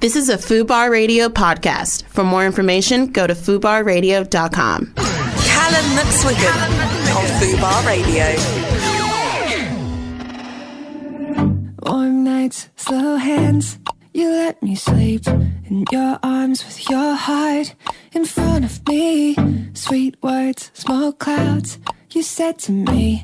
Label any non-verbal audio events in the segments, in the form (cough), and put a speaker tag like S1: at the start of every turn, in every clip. S1: This is a FUBAR Radio podcast. For more information, go to FUBARradio.com.
S2: Callum McSwiggan on Fubar Radio.
S3: Warm nights, slow hands. You let me sleep in your arms with your heart in front of me. Sweet words, smoke clouds. You said to me,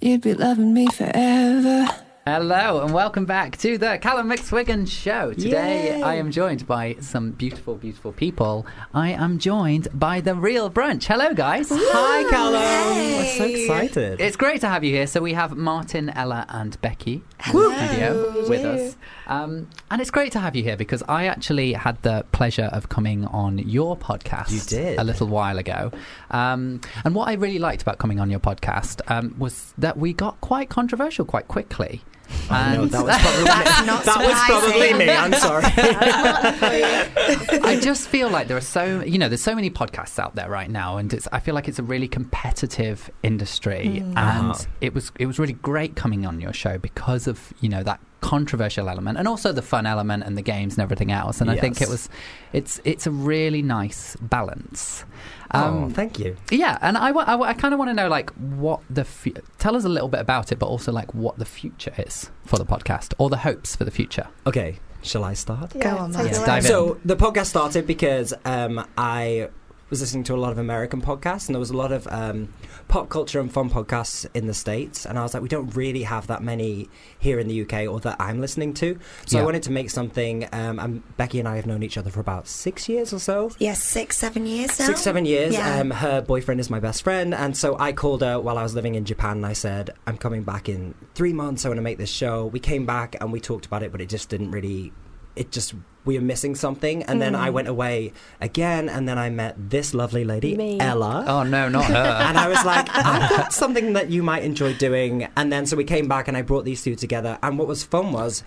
S3: you'd be loving me forever.
S4: Hello and welcome back to the Callum McSwiggan Show. Today
S3: Yay.
S4: I am joined by some beautiful, beautiful people. I am joined by the Real Brunch. Hello, guys.
S5: Hi, Callum. I'm so excited.
S4: It's great to have you here. So we have Martin, Ella, and Becky in the studio with us, um, and it's great to have you here because I actually had the pleasure of coming on your podcast.
S5: You did.
S4: a little while ago, um, and what I really liked about coming on your podcast um, was that we got quite controversial quite quickly. And
S5: no, that was
S4: (laughs)
S5: probably that was probably me. I'm sorry.
S4: I just feel like there are so you know there's so many podcasts out there right now, and it's I feel like it's a really competitive industry, and it was it was really great coming on your show because of you know that controversial element and also the fun element and the games and everything else. And I think it
S5: Yes.
S4: was it's it's a really nice balance. Um,
S5: oh, thank you.
S4: Yeah, and I, wa- I, wa- I kind of want to know like what the fu- tell us a little bit about it, but also like what the future is for the podcast or the hopes for the future.
S5: Okay, shall I start?
S6: Go on,
S4: Yeah,
S6: Matt.
S4: dive in.
S5: So the podcast started because um, I was listening to a lot of American podcasts, and there was a lot of um, pop culture and fun podcasts in the states. And I was like, we don't really have that many here in the UK, or that I'm listening to. So
S4: Yeah.
S5: I wanted to make something. Um, and Becky and I have known each other for about six years or so.
S6: Yes, six, seven years now.
S5: Six, seven years.
S6: Yeah.
S5: Um, her boyfriend is my best friend. And so I called her while I was living in Japan and I said, I'm coming back in three months. I want to make this show. We came back and we talked about it, but it just didn't really, it just, we were missing something. And then I went away again. And then I met this lovely lady,
S7: Me.
S5: Ella.
S4: Oh no, not her.
S5: (laughs) And I was like, I've got something that you might enjoy doing. And then so we came back and I brought these two together. And what was fun was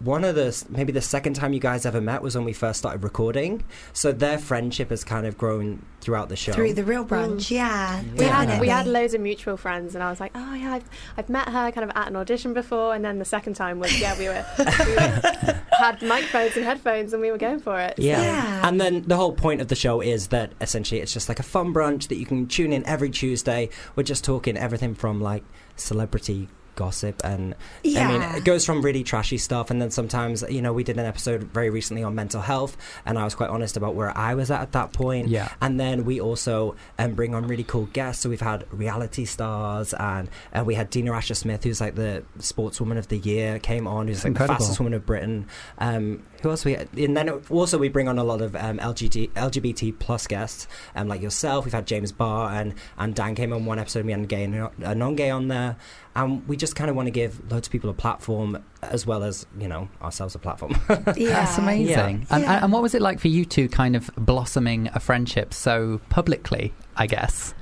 S5: one of the maybe the second time you guys ever met was when we first started recording. So their friendship has kind of grown throughout the show.
S6: Through the real brunch, yeah.
S7: We had,
S6: definitely.
S7: Mm. we had loads of mutual friends, and I was like, oh yeah, I've, I've met her kind of at an audition before, and then the second time was yeah, we were, we
S6: (laughs)
S7: were had microphones and headphones, and we were going for it.
S5: yeah.
S6: Yeah.
S5: And then the whole point of the show is that essentially it's just like a fun brunch that you can tune in every Tuesday. We're just talking everything from like celebrity gossip and I mean,
S6: Yeah.
S5: it goes from really trashy stuff, and then sometimes, you know, we did an episode very recently on mental health, and I was quite honest about where I was at at that point.
S4: Yeah.
S5: And then we also um, bring on really cool guests. So we've had reality stars, and uh, we had Dina Asher Smith, who's like the sportswoman of the year, came on, who's like
S4: Incredible.
S5: the fastest woman of Britain. Um, who else we? And then also we bring on a lot of um, LGBT LGBT plus guests, um, like yourself. We've had James Barr and and Dan came on one episode. and We had a gay and a non-gay on there, and we just kind of want to give loads of people a platform as well as you know ourselves a platform. (laughs)
S6: yeah.
S4: That's amazing. And,
S6: Yeah.
S4: and what was it like for you two kind of blossoming a friendship so publicly, I guess?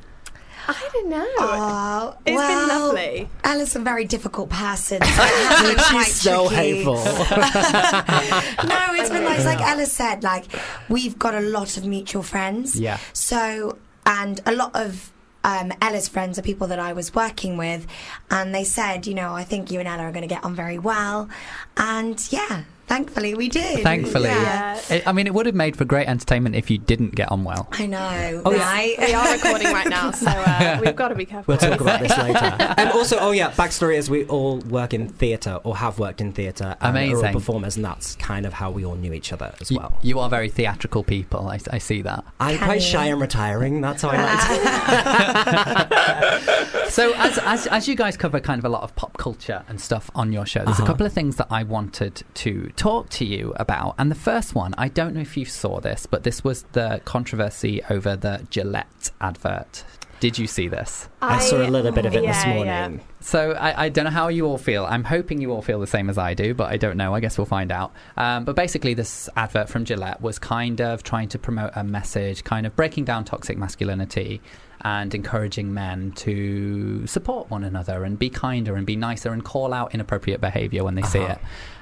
S7: I don't know.
S6: Oh,
S7: It's been
S6: well,
S7: lovely.
S6: (laughs) Ella's a very difficult person. So it has been quite tricky. no, it's been nice. Like Ella said, like we've got a lot of mutual friends.
S4: Yeah.
S6: So, and a lot of um, Ella's friends are people that I was working with, and they said, you know, I think you and Ella are going to get on very well, and yeah, thankfully we did.
S4: Thankfully.
S6: Yeah.
S4: It- I mean, it would have made for great entertainment if you didn't get on well.
S6: I know,
S4: Oh,
S5: yeah.
S6: right?
S7: We are recording right now, so uh, we've got to be careful.
S5: We'll
S7: what we
S5: talk about
S7: say.
S5: this
S6: (laughs)
S5: later. And also, oh yeah, backstory is we all work in theatre or have worked in theatre. and are all
S4: Amazing.
S5: performers, and that's kind of how we all knew each other as
S4: You,
S5: well.
S4: you are very theatrical people. I, I see that.
S5: I'm
S6: Can
S5: quite
S6: you?
S5: shy and retiring. That's how I
S6: (laughs)
S5: like to.
S4: So, as, as, as you guys cover kind of a lot of pop culture and stuff on your show, there's a couple of things that I wanted to talk to you about. And the first one, I don't know if you saw this, but this was the controversy over the Gillette advert. Did you see this?
S5: I saw a little bit of it this
S7: yeah,
S5: morning.
S7: yeah.
S4: So I, I don't know how you all feel. I'm hoping you all feel the same as I do, but I don't know. I guess we'll find out. Um, but basically, this advert from Gillette was kind of trying to promote a message, kind of breaking down toxic masculinity and encouraging men to support one another and be kinder and be nicer and call out inappropriate behavior when they see
S5: Uh-huh.
S4: it.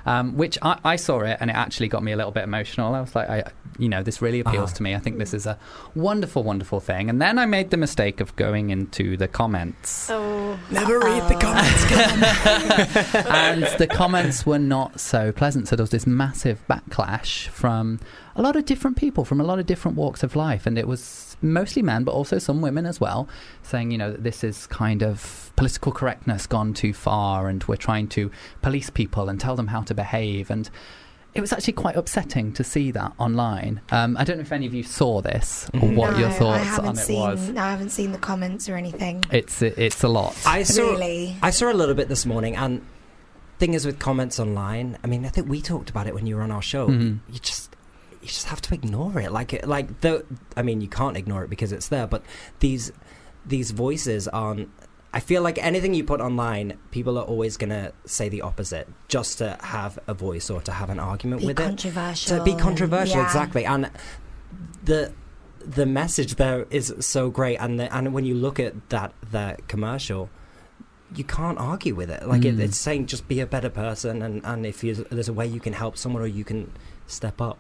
S4: Um, which I, I saw it and it actually got me a little bit emotional. I was like, I, you know, this really appeals
S5: Uh-huh.
S4: to me. I think this is a wonderful, wonderful thing. And then I made the mistake of going into the comments.
S7: Oh,
S5: Never read the comments.
S4: and the comments were not so pleasant. So there was this massive backlash from a lot of different people, from a lot of different walks of life, and it was mostly men, but also some women as well, saying, you know, that this is kind of political correctness gone too far, and we're trying to police people and tell them how to behave, and. It was actually quite upsetting to see that online. Um, I don't know if any of you saw this or what
S6: no,
S4: your
S6: I
S4: thoughts
S6: haven't
S4: on it
S6: seen,
S4: was.
S6: I haven't seen the comments or anything.
S4: It's it's a lot.
S5: I saw.
S6: Really?
S5: I saw a little bit this morning, and thing is with comments online. I mean, I think we talked about it when you were on our show.
S4: Mhm.
S5: You just. You just have to ignore it, like it- like the. I mean, you can't ignore it because it's there. But these these voices aren't. I feel like anything you put online, people are always gonna say the opposite just to have a voice or to have an argument
S6: Be
S5: with it.
S6: controversial.
S5: To be controversial,
S6: Yeah.
S5: exactly. And the the message there is so great, and the, and when you look at that that commercial, you can't argue with it. Like it,
S4: Mm.
S5: it's saying, just be a better person, and and if you, there's a way you can help someone or you can step up,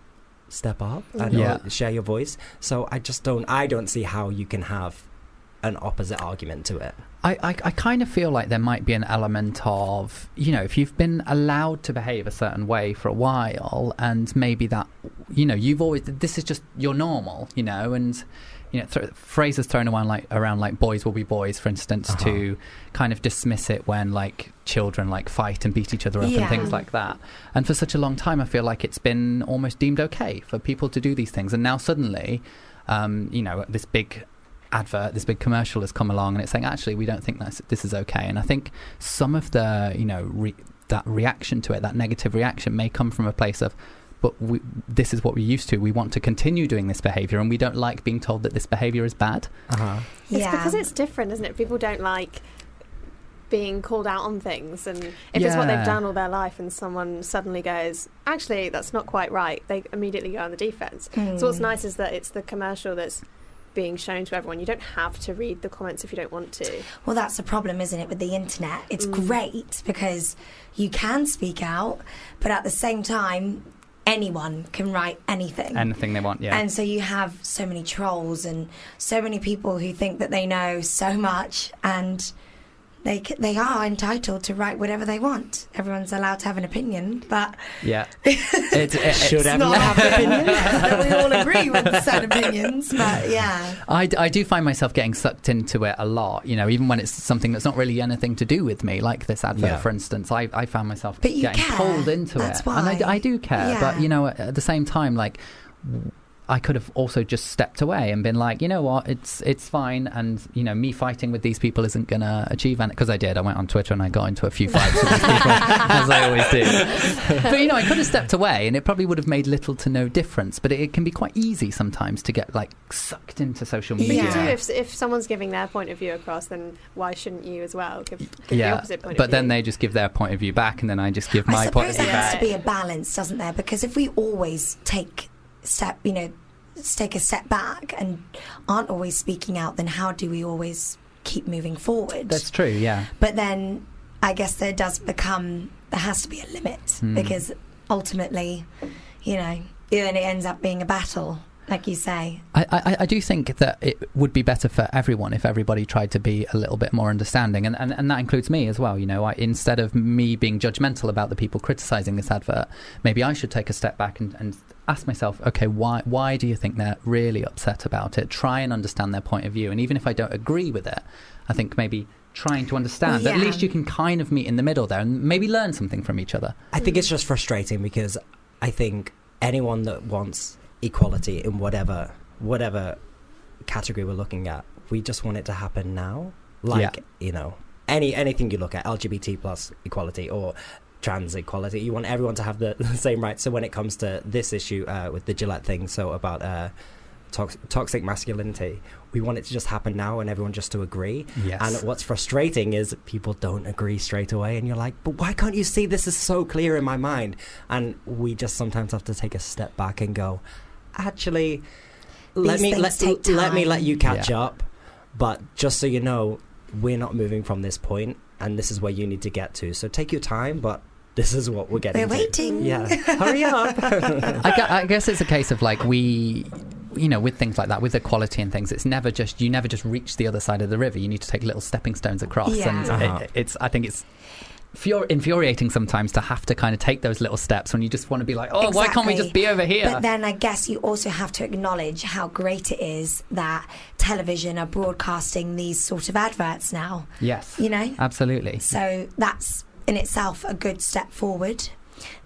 S5: step up, and
S4: Yeah.
S5: uh, share your voice. So I just don't I don't see how you can have an opposite argument to it.
S4: I, I, I kind of feel like there might be an element of, you know, if you've been allowed to behave a certain way for a while, and maybe that, you know, you've always, this is just your normal, you know, and, you know, th- phrases thrown around like, around like boys will be boys, for instance,
S5: Uh-huh.
S4: to kind of dismiss it when like children like fight and beat each other up and
S6: Yeah.
S4: things like that. And for such a long time, I feel like it's been almost deemed okay for people to do these things. And now suddenly, um, you know, this big advert, this big commercial has come along, and it's saying, actually, we don't think that's, this is okay. And I think some of the, you know, re- that reaction to it, that negative reaction, may come from a place of, but we, this is what we're used to. We want to continue doing this behavior, and we don't like being told that this behavior is bad.
S5: Uh-huh.
S7: it's
S6: Yeah.
S7: because it's different, isn't it? People don't like being called out on things, and if it's what
S4: Yeah.
S7: they've done all their life, and someone suddenly goes, "Actually, that's not quite right," they immediately go on the defense. So what's
S6: Hmm.
S7: nice is that it's the commercial that's being shown to everyone. You don't have to read the comments if you don't want to.
S6: Well, that's the problem, isn't it, with the internet? It's
S7: Mm.
S6: great because you can speak out, but at the same time, anyone can write anything.
S4: Anything they want, yeah.
S6: And so you have so many trolls and so many people who think that they know so much and they c- they are entitled to write whatever they want. Everyone's allowed to have an opinion, but (laughs)
S4: yeah. It- it-
S5: Should
S4: it's-
S5: have
S6: not have
S4: (laughs)
S6: an opinion. (laughs) that we all agree with said opinions, but yeah.
S4: I, d- I do find myself getting sucked into it a lot, you know, even when it's something that's not really anything to do with me, like this advert,
S5: Yeah.
S4: for instance. I, I found myself
S6: But you
S4: getting
S6: care.
S4: pulled into
S6: That's
S4: it. And I d-
S6: why.
S4: I, do care, but,
S6: Yeah.
S4: you know, at, at the same time, like, w- I could have also just stepped away and been like, you know what, it's it's fine, and you know, me fighting with these people isn't gonna achieve anything. Because I did, I went on Twitter and I got into a few fights with these people, (laughs) as I always do. But you know, I could have stepped away, and it probably would have made little to no difference. But it, it can be quite easy sometimes to get like sucked into social
S6: But
S7: But
S4: media.
S7: you do
S6: Yeah.
S7: if, if someone's giving their point of view across, then why shouldn't you as well give, give the
S4: yeah,
S7: opposite point
S4: but
S7: of
S4: then
S7: view?
S4: they just give their point of view back, and then I just give
S6: I
S4: my point of
S6: suppose there
S4: view
S6: has
S4: back.
S6: to be a balance, doesn't there? Because if we always take step, you know, s- take a step back and aren't always speaking out, then how do we always keep moving forward?
S4: That's true. Yeah,
S6: but then I guess there does become there has to be a limit
S4: Hmm.
S6: because ultimately, you know, then it ends up being a battle, like you say.
S4: I, I, I do think that it would be better for everyone if everybody tried to be a little bit more understanding, and and, and that includes me as well. You know, I, instead of me being judgmental about the people criticizing this advert, maybe I should take a step back and. and Ask myself, okay, why why do you think they're really upset about it? Try and understand their point of view, and even if I don't agree with it, I think maybe trying to understand. At
S6: yeah.
S4: least you can kind of meet in the middle there, and maybe learn something from each other.
S5: I think it's just frustrating because I think anyone that wants equality in whatever whatever category we're looking at, we just want it to happen now. Like you know, any anything you look at, LGBT plus equality or trans equality, you want everyone to have the, (laughs) the same rights. So when it comes to this issue uh, with the Gillette thing, so about uh, tox- toxic masculinity, we want it to just happen now and everyone just to agree.
S4: Yes.
S5: And what's frustrating is people don't agree straight away, and you're like, but why can't you see this is so clear in my mind? And we just sometimes have to take a step back and go, actually, let
S6: These
S5: me
S6: things
S5: let,
S6: take
S5: let me
S6: time.
S5: let you catch
S4: Yeah.
S5: up. But just so you know, we're not moving from this point, and this is where you need to get to. So take your time, but this is what we're getting.
S6: We're
S5: to.
S6: waiting.
S5: Yeah, hurry
S6: (laughs)
S5: up.
S4: I, gu- I guess it's a case of like we, you know, with things like that, with equality and things, it's never just you never just reach the other side of the river. You need to take little stepping stones across,
S6: Yeah.
S4: and
S5: Uh-huh.
S4: it, it's I think it's. Fur- infuriating sometimes to have to kind of take those little steps when you just want to be like, oh, why can't we just
S6: Exactly.
S4: be over here?
S6: But then I guess you also have to acknowledge how great it is that television are broadcasting these sort of adverts now,
S4: yes,
S6: you know?
S4: absolutely.
S6: So that's in itself a good step forward.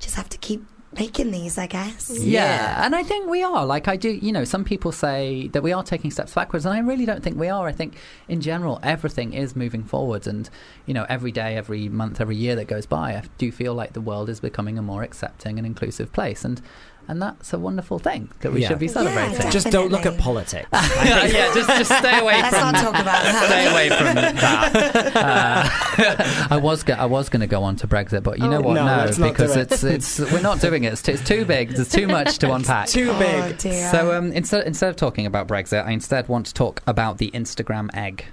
S6: Just have to keep making these, I guess.
S4: Yeah. and I think we are. Like I do, you know, some people say that we are taking steps backwards, and I really don't think we are. I think in general, everything is moving forwards, and you know, every day, every month, every year that goes by, I do feel like the world is becoming a more accepting and inclusive place, and and that's a wonderful thing that we
S5: Yeah.
S4: should be
S5: Yeah,
S4: celebrating. (laughs)
S6: definitely. Oh
S5: just don't look at politics.
S4: yeah, just just stay away
S6: Let's
S4: from
S6: not talk about that.
S4: stay away from
S5: (laughs)
S4: that. Uh, (laughs) I was go- I was going to go on to Brexit, but you know
S7: Oh.
S4: what?
S5: No,
S4: No,
S5: let's not do
S4: because
S5: it.
S4: it's it's we're not doing it. It's too, it's too big. There's too much
S5: (laughs)
S4: to unpack.
S5: Too (laughs)
S6: Oh
S5: big.
S6: dear.
S4: So um, instead instead of talking about Brexit, I instead want to talk about the Instagram egg.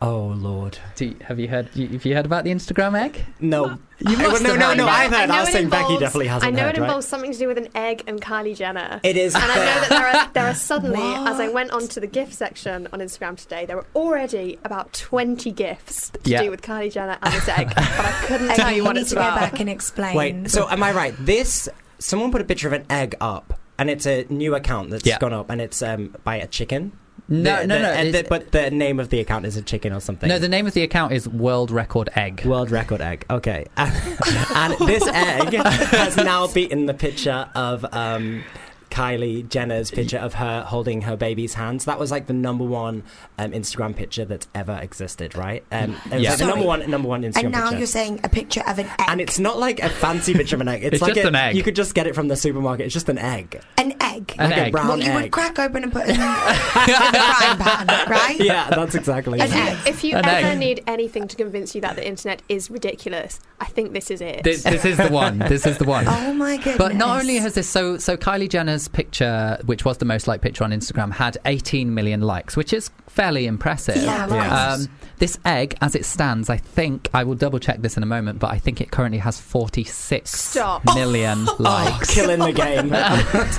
S5: Oh lord.
S4: Do you, have you heard? You, have you heard about the Instagram egg?
S5: No. You
S4: must
S5: no,
S4: have
S5: no,
S4: heard
S5: no,
S4: about
S5: I've
S7: I
S5: heard.
S7: know
S5: I was
S7: it
S5: saying Becky
S7: involves-
S5: definitely hasn't
S7: I know
S5: heard,
S7: it
S5: right?
S7: involves something to do with an egg and Kylie Jenner.
S5: It is.
S7: and I know that there are, there are suddenly,
S6: What?
S7: as I went onto the gift section on Instagram today, there were already about 20 gifts to
S4: Yeah.
S7: do with Kylie Jenner and this egg, but I
S5: (laughs)
S7: couldn't
S6: Okay,
S7: tell you
S6: you
S7: what (laughs)
S6: need
S7: it's
S6: to go
S7: about.
S6: back and explain.
S5: (laughs) Wait, so am I right? This someone put a picture of an egg up, and it's a new account that's
S4: Yeah.
S5: gone up, and it's um, by a chicken.
S4: No,
S5: The-
S4: no,
S5: the-
S4: no.
S5: and
S4: it's-
S5: the- but the name of the account is a chicken or something.
S4: no, the name of the account is World Record Egg.
S5: world record egg. Okay, (laughs) and this egg has now beaten the picture of. Um, Kylie Jenner's picture of her holding her baby's hands. That was like the number one um, Instagram picture that's ever existed, right? Um, it was
S4: Yeah.
S5: like the number
S6: Sorry.
S5: one, number one Instagram
S6: and now
S5: picture.
S6: you're saying a picture of an egg.
S5: and it's not like a fancy picture of an egg. It's,
S4: It's
S5: like
S4: just
S5: a-
S4: an egg.
S5: You could just get it from the supermarket. It's just an egg.
S6: an egg.
S4: An
S5: like
S4: egg.
S5: a brown
S6: what you
S5: egg.
S6: would crack open and put in, in the
S4: (laughs)
S6: frying pan, right?
S5: yeah, that's exactly
S6: An
S5: it.
S6: egg.
S7: If you
S4: An
S7: ever
S4: egg.
S7: need anything to convince you that the internet is ridiculous, I think this is it.
S4: (laughs) This, this is the one. This is the one.
S6: (laughs) Oh my goodness.
S4: But not only has this, so so Kylie Jenner's picture, which was the most liked picture on Instagram, had 18 million likes, which is fairly impressive.
S6: Yeah,
S5: Yeah.
S4: Um, this egg, as it stands, I think I will double check this in a moment, but I think it currently has 46
S7: Stop.
S6: (laughs)
S4: million
S6: Oh,
S4: likes.
S5: Oh, Killing the game.
S6: Of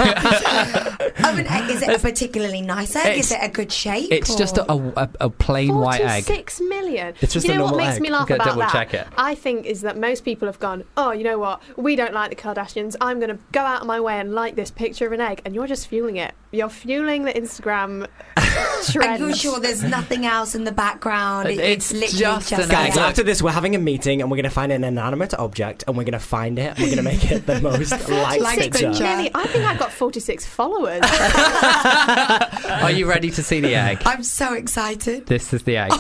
S6: Oh, an egg, is it a particularly nice egg? Is it a good shape?
S4: It's just
S6: or-
S4: a, a, a plain white
S5: (laughs)
S4: egg.
S7: 46 million.
S5: It's just
S7: you
S5: a
S7: know what
S5: normal
S7: makes
S5: egg.
S7: me laugh
S4: Okay,
S7: about
S4: double
S7: that?
S4: check it.
S7: I think is that most people have gone, oh, you know what? We don't like the Kardashians. I'm going to go out of my way and like this picture of an egg, and you're just fueling it. You're fueling the Instagram
S6: (laughs) Are
S7: trend.
S6: you sure there's nothing else in the background? It-
S4: It's
S6: it's, literally
S4: just
S6: just,
S4: an
S5: Guys,
S4: egg.
S5: after this, we're having a meeting and we're going to find an inanimate object and we're going to find it and we're going to make it the
S7: (laughs)
S5: most liked
S7: 46
S5: picture.
S7: million. I think I got 46 followers.
S4: (laughs) Are you ready to
S5: (laughs)
S4: see the egg?
S6: I'm so excited.
S4: This is the egg.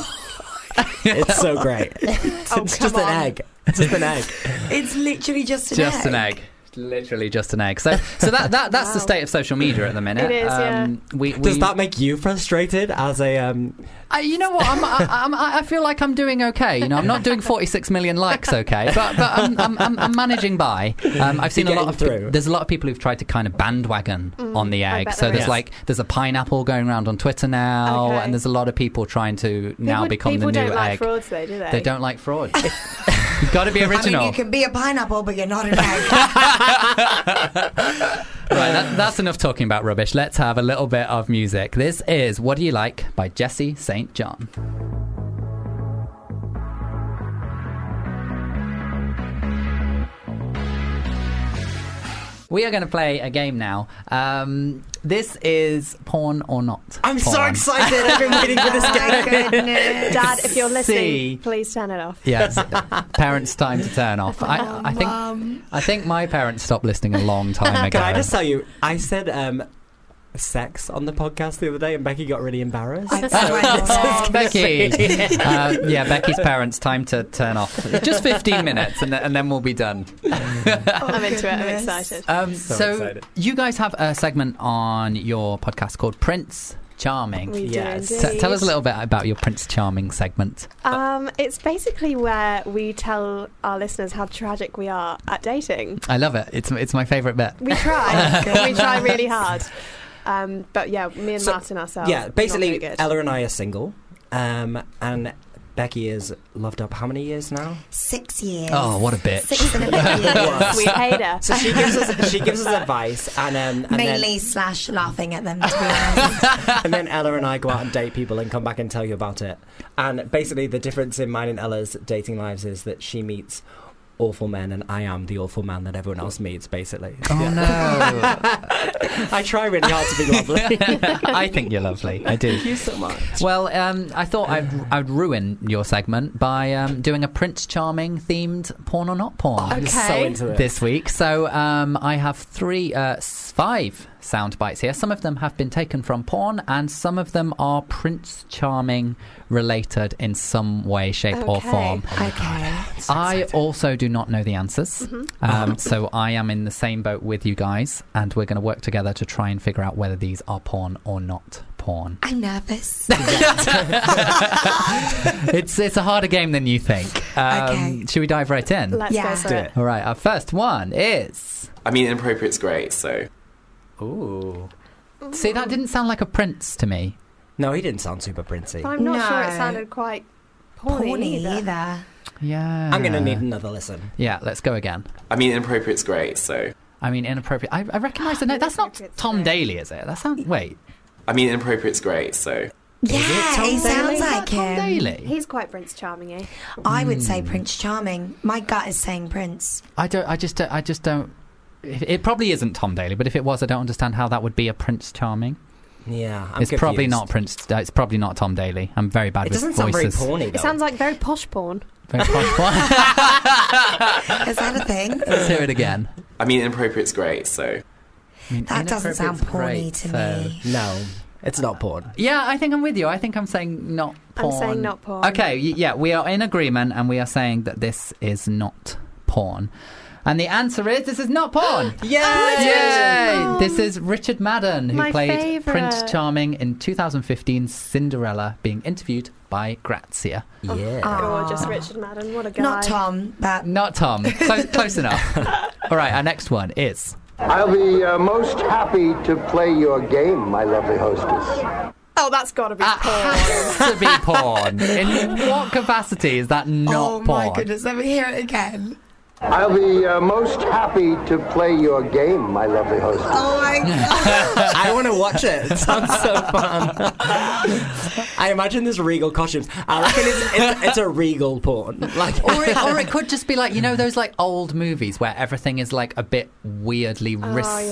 S5: It's so great. It's,
S7: (laughs) Oh,
S5: it's
S7: come
S5: just
S7: on.
S5: an egg. It's just an
S7: (laughs)
S5: egg.
S6: It's literally just an egg.
S4: just an egg. Literally just an egg. So, so that, that that's the
S7: Wow.
S4: state of social media at the minute. Um,
S7: It is, yeah.
S4: we, we,
S5: Does that make you frustrated as a. Um,
S4: I, you know what? I'm, I, I'm, I I feel like I'm doing okay. You know, I'm not doing 46 million likes, okay, but but I'm, I'm, I'm, I'm managing by. Um, I've seen a
S5: You're
S4: lot
S5: getting
S4: of
S5: through.
S4: there's a lot of people who've tried to kind of bandwagon on the
S7: Mm, I
S4: egg.
S7: bet
S4: So
S7: there
S4: there's
S5: is.
S4: like there's a pineapple going around on Twitter now,
S7: Okay.
S4: and there's a lot of people trying to (laughs) now
S7: People-
S4: become the new
S7: People
S4: egg.
S7: don't like frauds, though, do they?
S4: They don't like fraud. (laughs) You've got to be
S6: I
S4: original.
S6: mean, you can be a pineapple, but you're not an egg. (laughs)
S4: Right, that, that's enough talking about rubbish. Let's have a little bit of music. This is What Do You Like by Jesse St. John. We are going to play a game now. Um, this is Porn or Not.
S5: I'm so
S4: Porn.
S5: excited. I've been
S4: (laughs)
S5: waiting for this (laughs)
S6: My
S5: game.
S6: goodness.
S7: Dad, if you're listening,
S4: See.
S7: please turn
S4: (laughs)
S7: it off.
S4: Yes, uh, parents' time to turn
S5: (laughs)
S4: off. I, I think I think my parents stopped listening a long time ago.
S5: (laughs) Can I just tell you, I said um, sex on the podcast the other day and Becky got really embarrassed.
S7: Oh,
S5: (laughs)
S2: (laughs)
S6: I'm sorry.
S4: Becky.
S7: (laughs)
S4: uh, yeah, Becky's parents. Time to turn off. Just 15 minutes, and, th- and then we'll be done.
S7: I'm into it. I'm
S6: goodness.
S7: excited.
S4: Um, so
S5: So excited.
S4: you guys have a segment on your podcast called Prince Charming.
S7: We
S5: yes.
S7: do
S4: T-
S7: indeed.
S4: tell us a little bit about your Prince Charming segment.
S7: Um, it's basically where we tell our listeners how tragic we are at dating.
S4: I love it. It's it's my favourite bit.
S5: (laughs)
S7: We try. we try really hard. Um, but yeah, me and
S5: Oh, So-
S7: Martin ourselves.
S5: yeah,
S7: are not
S5: basically, (laughs)
S7: very good.
S5: Ella and I are single. Um, and Becky is loved up how many years now?
S7: (laughs)
S6: Six years.
S4: Oh, what a bitch.
S6: Six and a bit
S4: (laughs)
S6: years.
S7: We hate her.
S5: So she gives
S7: (laughs)
S5: us she gives us advice, and um, and
S6: Mainly slash laughing at them, to be honest.
S5: Then, and then Ella and I go out and date people and come back and tell you about it. And basically, the difference in mine and Ella's dating lives is that she meets awful men, and I am the awful man that everyone else meets. Basically,
S4: Oh no!
S5: I try really hard to be
S7: (laughs)
S5: lovely.
S6: (laughs)
S4: I think you're lovely. I do.
S5: Thank you so much.
S4: Well, um, I thought I'd, I'd ruin your segment by um, doing a Prince Charming themed porn or not porn.
S7: Okay.
S5: I'm so into it.
S4: this week. So um, I have three, uh, s- five sound bites here. Some of them have been taken from porn, and some of them are Prince Charming related in some way, shape, or
S7: Okay.
S4: form.
S6: okay.
S4: I also do not know the answers. Um, so I am in the same boat with you guys, and we're going to work together to try and figure out whether these are porn or not porn.
S6: I'm nervous.
S4: (laughs) it's, it's a harder game than you think. Um,
S6: Okay.
S4: Should we dive right in?
S7: Let's
S6: Yeah.
S7: go for
S6: Do
S7: it.
S4: All right, our first one is.
S8: I mean, inappropriate's great, so
S4: Ooh. See, that didn't sound like a prince to me.
S5: No, he didn't sound super princey.
S7: But I'm not sure it
S6: No.
S7: sounded quite porny,
S6: Horny
S7: either.
S6: either.
S4: Yeah.
S5: I'm gonna need another listen.
S4: Yeah, let's go again.
S8: I mean, inappropriate's great, so
S4: I mean, inappropriate. I, I
S6: (gasps)
S4: recognise the name. That's not
S7: Inappropriate's
S4: Tom
S7: great.
S4: Daly, is it? That sounds. Wait.
S8: I mean, inappropriate's great, so
S6: Yeah, he sounds
S4: Is that
S6: like
S4: Tom
S6: him.
S4: Daly. Hmm.
S7: He's quite Prince Charming, eh?
S6: I would say Prince Charming. My gut is saying Prince.
S4: I don't. I just. Don't, I just don't. It it probably isn't Tom Daly, but if it was, I don't understand how that would be a Prince Charming.
S5: Yeah, I'm
S4: it's probably
S5: confused.
S4: not Prince. Uh, it's probably not Tom Daly. I'm very bad
S5: It
S4: with
S5: doesn't sound very
S4: voices.
S5: porny. Though.
S7: It sounds like very posh porn.
S4: Very
S5: (laughs)
S4: posh.
S6: Is that a
S7: (laughs)
S6: thing?
S4: (laughs) Let's hear it again.
S8: I mean, inappropriate's great, so
S4: I mean,
S6: That doesn't sound porny
S4: inappropriate's
S6: to
S4: great, so-
S6: me.
S5: no, it's not porn.
S4: Yeah, I think I'm with you. I think I'm saying not
S7: I'm
S4: porn.
S7: saying not porn.
S4: Okay, y- yeah, we are in agreement and we are saying that this is not porn. And the answer is this is not porn.
S5: Yay!
S4: Yay!
S7: Oh.
S4: This is Richard Madden, who
S7: My
S4: played
S7: favourite.
S4: Prince Charming in 2015's Cinderella, being interviewed by Grazia.
S7: Oh.
S5: Yeah. Ah.
S7: Gorgeous Richard Madden, what a guy.
S6: Not Tom, but
S4: Not Tom. Close, (laughs) close enough. All right, our next one is.
S9: I'll be uh, most happy to play your game, my lovely hostess.
S7: Oh, that's got to be
S5: Ah.
S4: That has to be porn. In what capacity is that not
S6: oh
S4: porn?
S6: my goodness, let me hear it again.
S9: I'll be uh, most happy to play your game, my lovely hostess.
S6: Oh my god.
S5: I want to watch it.
S4: (laughs)
S5: It sounds so fun. I imagine there's regal costumes. I reckon it's, it's, it's a regal porn. Like,
S4: or, it, or it could just be like you know those like old movies where everything is like a bit weirdly risque,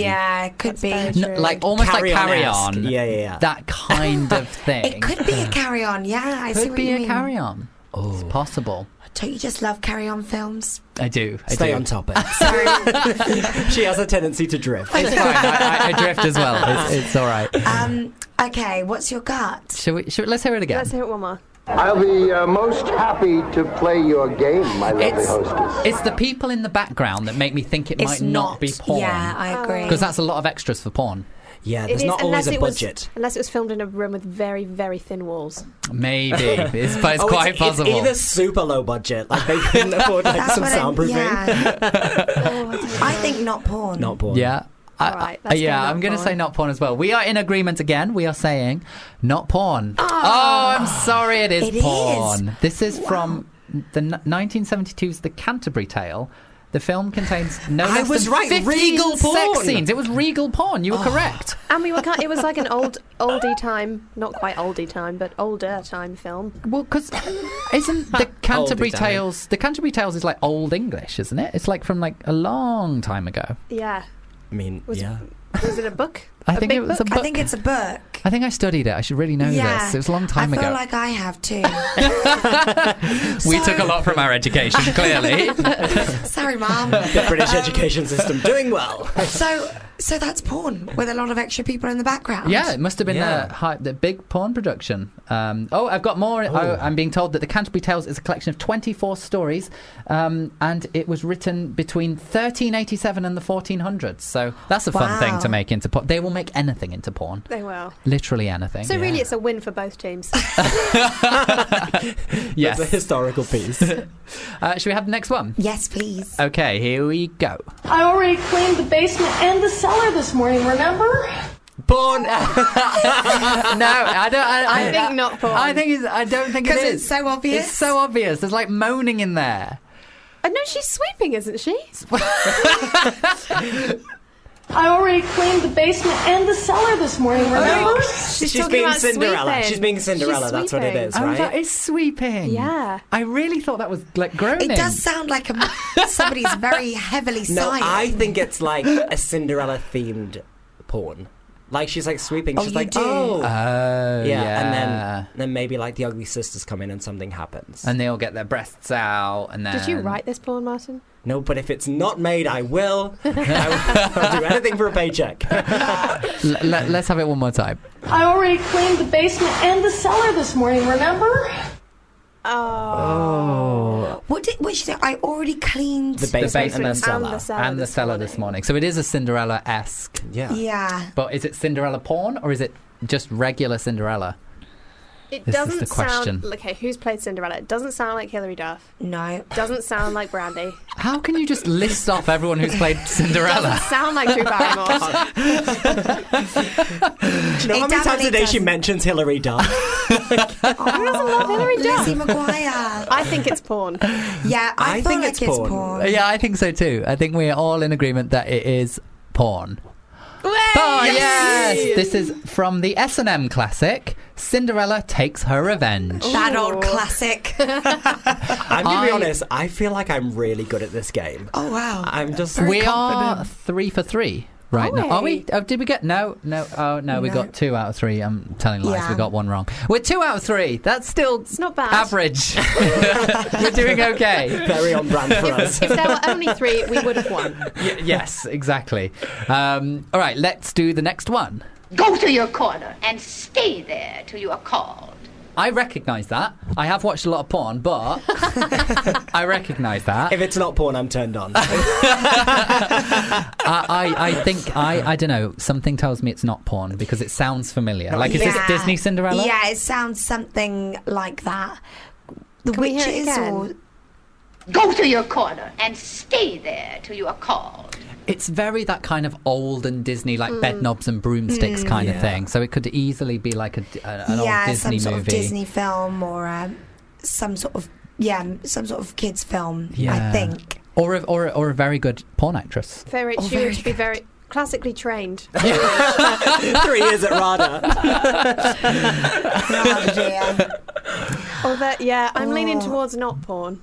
S6: Yeah, it could be.
S7: very
S4: N-
S7: true.
S4: like almost like carry
S5: Carry-on-esque.
S4: on,
S5: Yeah, yeah, yeah.
S4: that kind (laughs) of thing.
S6: It could be a carry on, yeah. I see
S4: Could
S6: what
S4: be
S6: you
S4: a
S6: mean.
S4: carry on. Oh, it's possible.
S6: Don't you just love carry on films?
S4: I do. I
S5: (laughs) stay
S4: do. (laughs)
S5: on
S7: (laughs)
S5: topic. (laughs) she has a tendency to drift.
S4: It's fine. I, I, I drift as well. It's, it's all right.
S6: Um, okay, what's your gut?
S4: Should we? Should, let's hear it again.
S7: Let's hear it one more.
S9: I'll be uh, most happy to play your game, my lovely
S4: It's-
S9: hostess.
S4: it's the people in the background that make me think it might
S6: It's
S4: not, be porn.
S6: Yeah,
S7: Oh.
S6: I agree.
S4: because that's a lot of extras for porn.
S5: Yeah,
S7: It
S5: there's
S7: is,
S5: not always
S7: unless
S5: a
S7: it was-
S5: budget.
S7: unless it was filmed in a room with very, very thin walls.
S4: (laughs) Maybe it's, but it's
S5: Oh,
S4: quite possible.
S5: It's either super low budget, like they
S7: (laughs)
S5: couldn't afford like
S6: That's
S5: some
S6: what I'm-
S5: soundproofing.
S6: yeah.
S4: eh?
S6: (laughs)
S4: (laughs)
S7: Oh,
S6: I think not porn.
S5: Not porn.
S4: Yeah. I,
S7: All right,
S4: I-
S7: let's go
S4: yeah,
S7: not
S4: I'm going to
S7: porn.
S4: say not porn as well. We are in agreement again. We are saying not porn. Oh, I'm sorry, it is
S6: It is.
S4: porn. This is from the n- 1972's The Canterbury Tale. The film contains no
S5: I
S4: less
S5: was
S4: than
S5: right,
S4: 15
S5: regal
S4: sex
S5: porn. Ah.
S4: scenes. It was regal porn. You were correct.
S7: And we were kind it was like an old, oldie time, not quite oldie time, but older time film.
S4: Well, because isn't
S5: (laughs)
S4: the Canterbury
S5: Oldie time.
S4: Tales? The Canterbury Tales is like old English, isn't it? It's like from like a long time ago.
S7: Yeah.
S5: I mean,
S7: Was- (laughs)
S5: yeah.
S7: Was it a book?
S4: I
S7: A
S4: think
S7: big
S4: it was
S7: book?
S4: a
S6: I
S4: book.
S6: think it's a book.
S4: I think I studied it. I should really know
S6: yeah.
S4: this. It was a long time
S6: I
S4: ago.
S6: feel like I have too.
S4: We
S6: So-
S4: took a lot from our education, clearly.
S6: Sorry, mum.
S5: The British education system doing well.
S6: So, so that's porn with a lot of extra people in the
S4: (laughs)
S6: background.
S4: yeah, it must have been
S5: Yeah.
S4: the, hi- the big porn production. Um, oh, I've got more. I, I'm being told that the Canterbury Tales is a collection of 24 stories, um, and it was written between 1387 and the 1400s. So that's a fun thing
S6: Wow.
S4: to make into porn. They will make anything into porn,
S7: (laughs) They will.
S4: literally anything.
S7: So really, it's a win for both teams.
S5: It's a
S4: yes.
S5: historical piece.
S7: (laughs)
S4: Uh, should we have the next one?
S6: Yes, please.
S4: Okay, here we go.
S10: I already cleaned the basement and the cellar this morning, remember?
S5: Born.
S4: No, I don't. I,
S7: I think not porn.
S4: I think it's, I don't think it is.
S6: 'Cause it's so obvious?
S4: It's so obvious. There's like moaning in there.
S7: Uh, no, she's sweeping, isn't she?
S10: I already cleaned the basement and the cellar this morning. Remember?
S7: She's,
S5: She's
S7: talking
S5: being
S7: about
S5: Cinderella.
S7: sweeping.
S5: She's being Cinderella.
S7: She's
S5: That's what it
S7: sweeping.
S5: is,
S4: Oh, that
S5: right?
S4: is sweeping.
S7: Yeah.
S4: I really thought that was like groaning.
S6: It does sound like a, somebody's very heavily
S5: No,
S6: sighing.
S5: I think it's like a Cinderella themed porn. Like she's like sweeping.
S6: Oh,
S5: she's
S6: you
S5: like,
S6: do?
S5: oh,
S4: Oh, yeah.
S5: yeah. and then then maybe like the ugly sisters come in and something happens.
S4: and they all get their breasts out, and then
S7: Did you write this porn, Martin?
S5: no, but if it's not made,
S4: (laughs)
S5: I will. I will I'll do anything for a paycheck.
S4: L- let- let's have it one more time.
S10: I already cleaned the basement and the cellar this morning. Remember?
S7: Oh,
S6: What did what she say? I already cleaned.
S5: The basement and the
S4: basement.
S5: cellar.
S7: And the cellar.
S4: and the cellar this morning. So it is a Cinderella esque,
S5: Yeah.
S6: yeah.
S4: but is it Cinderella porn or is it just regular Cinderella?
S7: it
S4: This is
S7: doesn't
S4: the question.
S7: sound. Okay, who's played Cinderella? It doesn't sound like Hilary Duff.
S6: No.
S7: Doesn't sound
S4: (laughs)
S7: like Brandy.
S4: How can you just list off everyone who's (laughs) played Cinderella?
S7: Doesn't sound like Drew
S4: (laughs)
S7: Barrymore.
S5: Do you know how
S6: It
S5: many times
S6: definitely
S5: a day she
S6: does.
S5: mentions Hillary
S6: (laughs)
S5: Duff?
S6: Who doesn't love
S7: Hilary Duff?
S6: Lizzie McGuire.
S7: I think it's porn.
S6: Yeah, I,
S5: I
S6: feel
S5: think
S6: like
S5: it's
S6: it's,
S5: porn.
S6: porn.
S4: Yeah, I think so too. I think we're all in agreement that it is porn. Porn, yes! This is from the S&M classic, Cinderella Takes Her Revenge.
S6: That old classic.
S5: I'm gonna
S4: I-
S5: be honest. I feel like I'm really good at this game.
S6: Oh wow.
S5: I'm just.
S4: we are three for three right now. Are we? Oh, did we get? No, no. Oh, no, we got two out of three. I'm telling lies.
S6: Yeah.
S4: We got one wrong. We're two out of three. That's still it's
S7: not
S4: (laughs)
S7: bad.
S4: average. We're doing okay.
S5: very on brand
S6: (laughs)
S5: for us.
S7: If there were only three, we would have won.
S4: Y- yes, exactly. Um, all right, let's do the next one.
S10: Go to your corner and stay there till you are called.
S4: I recognise that. I have watched a lot of porn, but I recognise that.
S5: If it's not porn, I'm
S4: (laughs)
S5: turned on.
S4: I, I, I think I, I don't know. Something tells me it's not porn because it sounds familiar. Like is
S6: Yeah.
S4: this Disney Cinderella?
S6: Yeah, it sounds something like that. The
S7: Can we hear it
S6: witches
S7: again?
S6: or
S10: Go to your corner and stay there till you are called.
S4: It's very that kind of old and Disney,
S6: Mm.
S4: like bedknobs and broomsticks kind of thing. So it could easily be like a, a- an
S6: yeah,
S4: old Disney
S6: some sort
S4: movie.
S6: of Disney film or um, some sort of yeah, some sort of kids film.
S4: Yeah. (laughs)
S6: I think.
S4: Or, a, or, a, or a very good porn actress.
S7: Very, she
S6: very
S7: would be very classically trained.
S5: Three years
S4: (laughs)
S5: at RADA.
S6: Oh, dear.
S7: Although, yeah, I'm leaning towards not porn.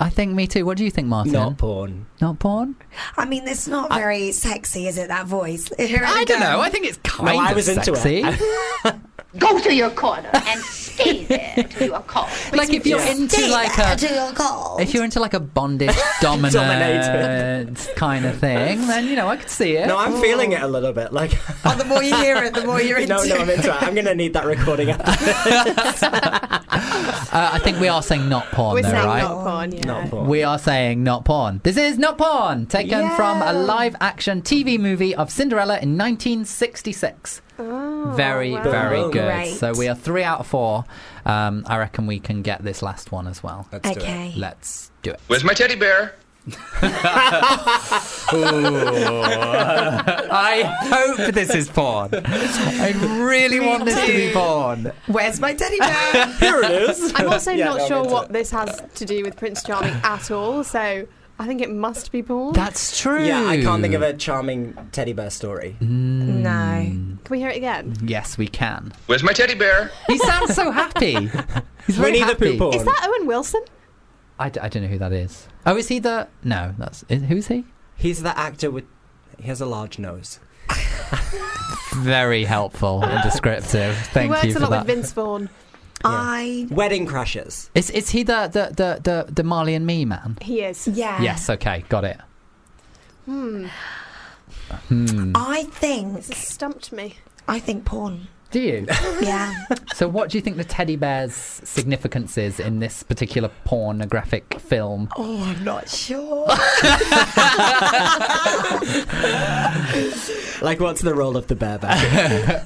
S4: I think me too. What do you think, Martin?
S5: Not porn.
S4: Not porn?
S6: I mean, it's not very sexy, is it? That voice. (laughs) Here
S4: I don't
S6: go.
S4: know. I think it's kind
S5: No, I
S4: of
S5: was into it.
S4: sexy.
S10: Go to your corner and stay there till you are called.
S4: like if you're into
S6: Stay
S4: like
S6: there
S4: a
S6: till you're called.
S4: if you're into like a
S5: (laughs)
S4: bondage dominant
S5: Dominated.
S4: kind of thing, then you know I could see it.
S5: No, I'm feeling it a little bit. Like,
S6: Oh, the more you hear it, the
S2: (laughs)
S6: more you're into.
S5: (laughs) no, no, I'm
S6: it.
S5: into it. I'm gonna need that recording. After.
S4: (laughs) Uh, I think we are saying not porn,
S7: We're
S4: though,
S7: saying
S4: right?
S7: not porn, yeah.
S5: Not porn.
S4: We are saying not porn. This is not porn, taken from a live action TV movie of Cinderella in 1966.
S6: Oh,
S4: very,
S7: wow.
S4: very
S5: Boom.
S4: good.
S6: Great.
S4: So we are three out of four. Um, I reckon we can get this last one as well.
S6: Okay.
S4: Let's do it.
S11: Where's my teddy
S4: (laughs)
S11: bear?
S4: I hope this is porn. I really want this to be porn.
S6: Where's my teddy bear?
S5: Here it is.
S4: (laughs)
S7: I'm also
S5: Yeah, no,
S7: not
S5: I'm
S7: sure
S5: into
S7: what
S5: it.
S7: this has to do with Prince Charming at all, so I think it must be porn.
S4: That's true.
S5: Yeah, I can't think of a charming teddy bear story.
S6: no.
S7: Can we hear it again?
S4: Yes, we can.
S11: Where's my teddy bear?
S4: He sounds so happy. He's very
S5: Winnie the
S4: happy.
S5: Pooh porn.
S7: Is that Owen Wilson?
S4: I, d- I don't know who that is. Oh, is he the? No, that's is, who's he?
S5: He's the actor with. He has a large nose.
S4: Very helpful (laughs) and descriptive.
S7: He
S4: Thank
S7: works
S4: you
S7: a
S4: for
S7: lot
S4: that.
S7: with Vince Vaughn.
S6: I
S5: Wedding crashes.
S4: Is is he the the the the, the Marley and Me man?
S7: He
S4: (laughs)
S7: is.
S6: yeah.
S4: Yes. Okay. Got it.
S6: I think
S7: Stumped me.
S6: I think porn.
S4: Do you?
S6: Yeah.
S4: (laughs) so, what do you think the teddy bear's significance is in this particular pornographic film?
S6: oh, I'm not sure.
S5: Like, what's the role of the bear bear?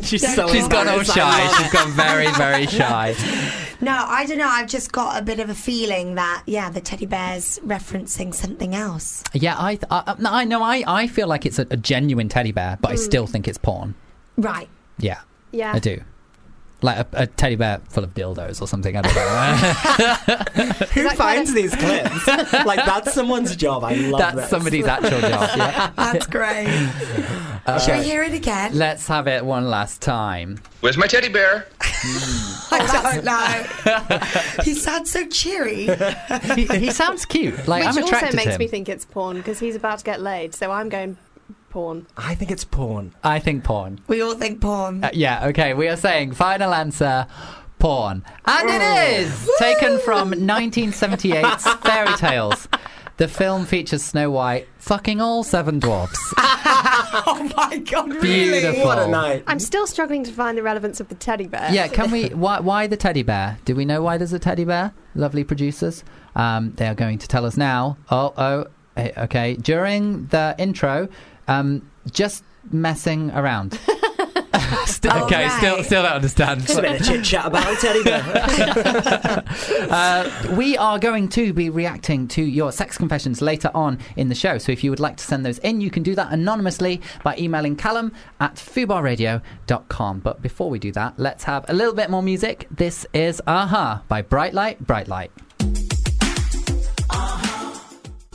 S4: (laughs)
S5: She's so.
S4: She's gone all
S5: embarrassed. I
S4: shy.
S5: love
S4: She's gone very, very shy.
S6: (laughs) No, I don't know. I've just got a bit of a feeling that yeah, the teddy bear's referencing something else.
S4: Yeah, I, th- I, no, I know. I, I feel like it's a, a genuine teddy bear,
S7: Hmm.
S4: but I still think it's porn.
S6: Right.
S4: (laughs) Yeah,
S7: Yeah.
S4: I do. Like a, a teddy bear full of dildos or something. I don't
S7: (laughs)
S4: know.
S5: Who finds these clips? like that's someone's job. I love
S4: That's
S5: this.
S4: somebody's actual (laughs) job. Yeah.
S6: That's great. Shall we hear it again?
S4: Let's have it one last time.
S11: Where's my teddy bear?
S6: I don't (laughs) know. he sounds so cheery.
S4: He, (laughs) he sounds cute. Like
S7: Which
S4: I'm attracted
S7: also
S4: to
S7: makes
S4: him.
S7: me think it's porn because he's about to get laid. So I'm going porn.
S4: Mm-hmm.
S5: I think it's porn.
S4: I think porn.
S6: We all think porn.
S4: Uh, yeah, okay, we are saying final answer porn. And it is taken from
S7: (laughs)
S4: 1978's Fairy Tales. The film features Snow White fucking all seven dwarfs.
S6: oh my god, really?
S4: Beautiful.
S5: What a night.
S7: I'm still struggling to find the relevance of the teddy bear. (laughs)
S4: Yeah, can we? Why, why the teddy bear? Do we know why there's a teddy bear? Lovely producers. Um, they are going to tell us now. Oh, oh, eh, okay. During the intro, um, just messing around. (laughs) Still-
S6: All
S4: okay, still,
S6: right.
S4: still don't understand.
S5: (laughs) Just a bit of chit chat about teddy bear.
S4: Uh, we are going to be reacting to your sex confessions later on in the show. So if you would like to send those in, you can do that anonymously by emailing callum at fubarradio.com. But before we do that, let's have a little bit more music. This is Aha by Bright Light, Bright Light.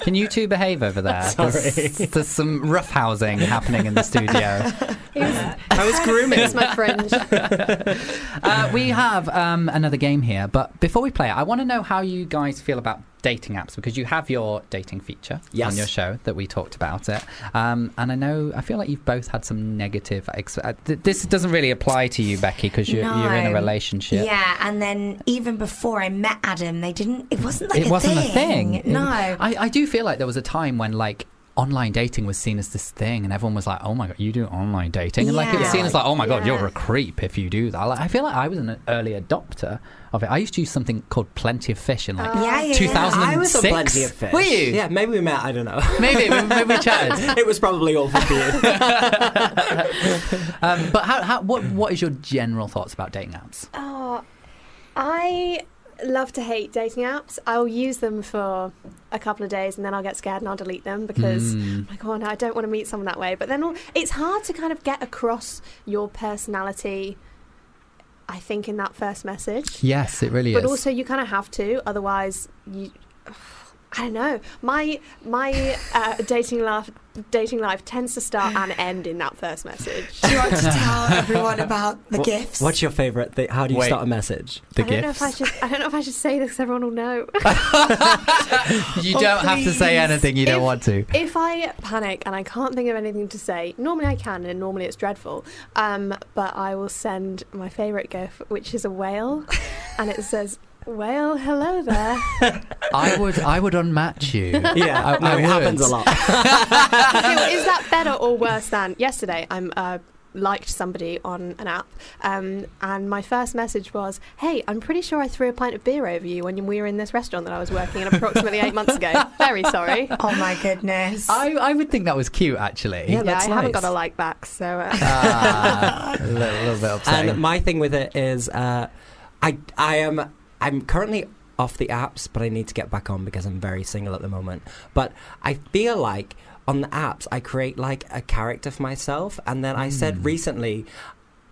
S4: Can you two behave over there? There's, there's some roughhousing happening in the studio.
S5: I was grooming.
S7: That's
S4: (laughs)
S7: my fringe.
S4: Uh, we have um, another game here, but before we play it, I want to know how you guys feel about dating apps because you have your dating feature
S5: Yes.
S4: on your show that we talked about it. Um, and I know, I feel like you've both had some negative. Ex- uh, th- this doesn't really apply to you, Becky, because you're, you're in a
S6: No.
S4: relationship.
S6: Yeah, and then even before I met Adam, they didn't. It wasn't like
S4: it
S6: a
S4: wasn't
S6: thing.
S4: a thing. It-
S6: No,
S4: I, I do feel like there was a time when like. Online dating was seen as this thing, and everyone was like, "Oh my god, you do online dating!" And like it was
S6: Yeah.
S4: seen as like, "Oh my god,
S7: Yeah.
S4: you're a creep if you do that." Like, I feel like I was an early adopter of it. I used to use something called Plenty of Fish in like
S6: yeah, yeah, yeah.
S4: 2000.
S5: I was on
S4: Six?
S5: plenty of fish.
S4: Were you?
S5: Yeah, maybe we met. I don't know. (laughs)
S7: Oh.
S4: maybe we- maybe (laughs) we chatted.
S5: it was probably awful
S4: (laughs)
S5: for you.
S4: Um, but how, how what what is your general thoughts about dating apps?
S7: Oh, I love to hate dating apps. I'll use them for a couple of days and then I'll get scared and I'll delete them because
S4: Mm.
S7: I'm like, oh no, I don't want to meet someone that way. But then all, it's hard to kind of get across your personality. I think in that first message,
S4: Yes, it really
S7: but also you kind of have to, otherwise you. I don't know. My my uh, dating life dating life tends to start and end in that first message.
S6: Do you
S4: (laughs)
S6: want to tell everyone about the
S5: What-
S6: gifts?
S5: What's your favourite? thing? How do you
S4: Wait.
S5: start a message?
S4: the
S7: I don't know if I should. I don't know if I should say this. 'cause Everyone will know.
S4: (laughs) you don't have to say anything you don't
S7: If-
S4: want to.
S7: If I panic and I can't think of anything to say, normally I can, and normally it's dreadful. Um, but I will send my favourite GIF, which is a whale,
S5: (laughs)
S7: and it says. Whale, hello there.
S4: I would I would unmatch you.
S5: (laughs)
S4: I-
S5: Yeah, no,
S4: I
S5: it
S4: would.
S5: happens a lot.
S7: Okay, well, is that better or worse than yesterday? I'm uh, liked somebody on an app, um, and my first message was, "Hey, I'm pretty sure I threw a pint of beer over you when we were in this restaurant that I was working in approximately eight months
S5: (laughs)
S7: ago. Very sorry."
S6: Oh my goodness.
S4: I, I would think that was cute actually.
S5: Yeah,
S7: Yeah,
S5: that's
S7: I haven't
S5: nice.
S7: got a like back, so uh,
S4: Ah, a little, little bit upsetting.
S5: And my thing with it is, uh, I I am I'm currently off the apps, but I need to get back on because I'm very single at the moment. But I feel like on the apps, I create like a character for myself, and then I said recently.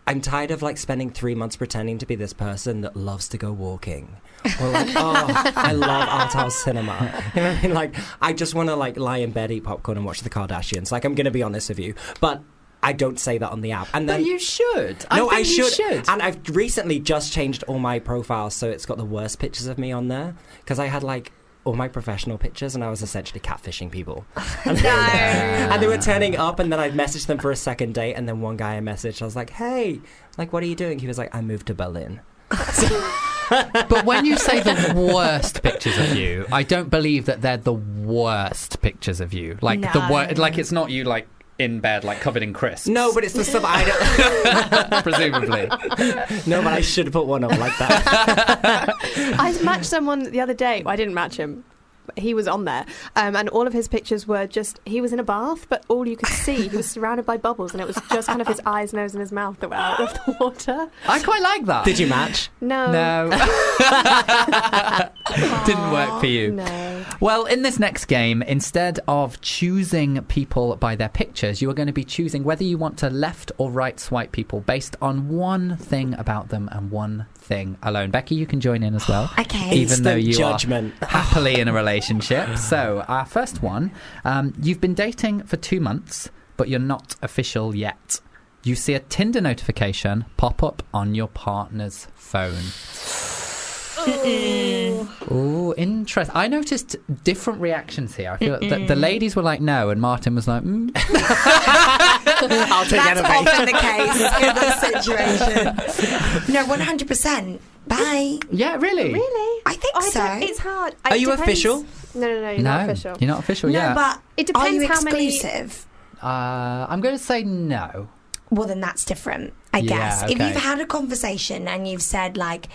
S5: I'm tired of like spending three months pretending to be this person that loves to go walking. Or like, oh, I love art house cinema. You know what I mean? Like, I just want to like lie in bed, eat popcorn, and watch the Kardashians. Like, I'm gonna be honest with you, but I don't say that on the app. And then
S4: but you should.
S5: no,
S4: I,
S5: I,
S4: think you
S5: should. And I've recently just changed all my profiles, so it's got the worst pictures of me on there because I had like all my professional pictures, and I was essentially catfishing people. (laughs) And, and they were turning up, and then I messaged them for a second date, and then one guy I messaged, I was like, "Hey, like, what are you doing?" He was like, "I moved to Berlin."
S4: But when you say the worst pictures of you, I don't believe that they're the worst pictures of you. Like the wor-
S6: No.
S4: like it's not you like in bed like covered in crisps.
S5: No, but it's the stuff I
S4: (laughs)
S5: don't. (laughs)
S4: presumably.
S5: no, but I should put one up like that.
S7: I matched someone the other day. Well, I didn't match him. he was on there, um, and all of his pictures were just he was in a bath, but all you could see he was surrounded by bubbles, and it was just kind of his eyes, nose, and his mouth that were out of the water.
S4: I quite like that.
S5: Did you match?
S7: No,
S4: No. (laughs) Didn't work for you.
S7: no.
S4: Well, in this next game, instead of choosing people by their pictures, you are going to be choosing whether you want to left or right swipe people based on one thing about them and one thing alone. Becky, you can join in as well.
S6: Okay.
S4: Even though
S5: Instant
S4: you
S5: judgment.
S4: are happily in a relationship. So, our first one um, you've been dating for two months, but you're not official yet. You see a Tinder notification pop up on your partner's phone. Oh, interest. I noticed different reactions here. I feel that the ladies were like no, and Martin was like, mm.
S5: I'll take
S6: That's
S5: anything.
S6: often the case in
S4: (laughs)
S6: this situation. No, one hundred percent. Bye.
S4: yeah, really?
S7: Really? Oh,
S6: I think
S7: I
S6: so.
S7: don't- It's hard.
S5: Are you official?
S7: No, no, no. You're
S4: No,
S7: not official.
S4: you're not official.
S6: No,
S4: yeah,
S6: but
S7: It
S6: are you
S7: depends how many-
S6: exclusive?
S4: uh, I'm going to say no.
S6: Well, then that's different, I
S4: Yeah,
S6: guess. If
S4: okay.
S6: you've had a conversation and you've said like,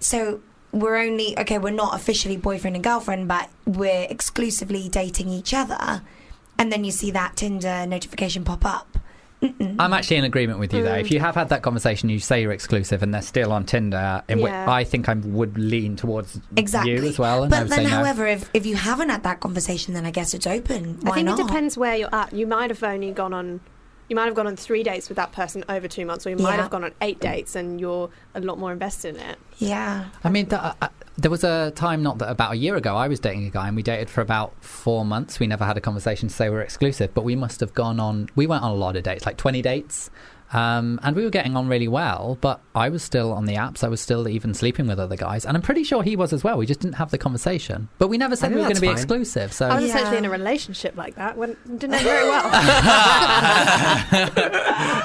S6: so we're only okay, we're not officially boyfriend and girlfriend, but we're exclusively dating each other, and then you see that Tinder notification pop up.
S4: I'm actually in agreement with you though.
S6: Mm.
S4: If you have had that conversation, you say you're exclusive, and they're still on Tinder, in which
S7: Yeah.
S4: I think I would lean towards
S6: Exactly.
S4: you as well. And I
S6: but
S4: would
S6: then,
S4: say no.
S6: however, if, if you haven't had that conversation, then I guess it's open. Why
S7: I think
S6: not?
S7: it depends where you're at. You might have only gone on, you might have gone on three dates with that person over two months, or you might
S6: Yeah.
S7: have gone on eight dates, and you're a lot more invested in it.
S6: Yeah.
S4: I mean, th- I, there was a time not that about a year ago. I was dating a guy, and we dated for about four months. We never had a conversation to say we were exclusive, but we must have gone on. We went on a lot of dates, like twenty dates, um, and we were getting on really well. But I was still on the apps. I was still even sleeping with other guys, and I'm pretty sure he was as well. We just didn't have the conversation, but we never said
S5: think
S4: we were going to
S5: that's
S4: be
S5: fine.
S4: exclusive. So
S7: I was
S6: Yeah.
S7: essentially in a relationship like that when didn't (laughs) end very well.
S5: (laughs)